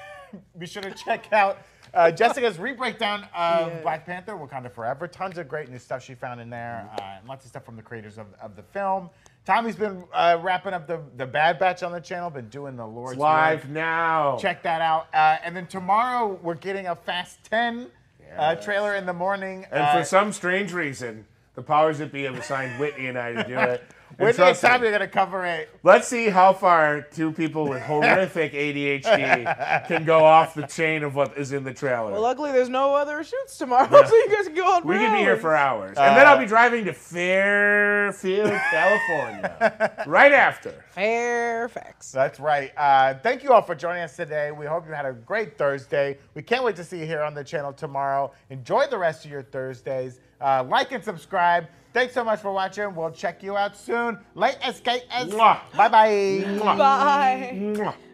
[SPEAKER 1] be sure to check out uh, Jessica's re-breakdown of
[SPEAKER 3] Yeah.
[SPEAKER 1] Black Panther: Wakanda Forever. Tons of great new stuff she found in
[SPEAKER 2] Mm-hmm.
[SPEAKER 1] there, uh, and lots of stuff from the creators of, of the film. Tommy's been uh, wrapping up the, the Bad Batch on the channel, been doing the Lord's work.
[SPEAKER 2] Live now.
[SPEAKER 1] Check that out. Uh, and then tomorrow we're getting a Fast Ten. Uh, trailer in the morning.
[SPEAKER 2] And
[SPEAKER 1] uh,
[SPEAKER 2] for some strange reason, the powers that be have assigned Whitney and I to do it. And
[SPEAKER 1] Whitney and
[SPEAKER 2] trust me,
[SPEAKER 1] Tommy are going to cover it.
[SPEAKER 2] Let's see how far two people with horrific ADHD can go off the chain of what is in the trailer.
[SPEAKER 3] Well, luckily there's no other shoots tomorrow, so you guys can go on.
[SPEAKER 2] we
[SPEAKER 3] for
[SPEAKER 2] could be here
[SPEAKER 3] hours.
[SPEAKER 2] for hours. and then
[SPEAKER 1] Uh,
[SPEAKER 2] I'll be driving to Fairfield, California right after.
[SPEAKER 3] Fairfax.
[SPEAKER 1] That's right. Uh, thank you all for joining us today. We hope you had a great Thursday. We can't wait to see you here on the channel tomorrow. Enjoy the rest of your Thursdays. Uh, like and subscribe. Thanks so much for watching. We'll check you out soon. Late SKS.
[SPEAKER 2] Mwah.
[SPEAKER 1] Bye bye.
[SPEAKER 2] Mwah.
[SPEAKER 3] Bye.
[SPEAKER 2] Mwah.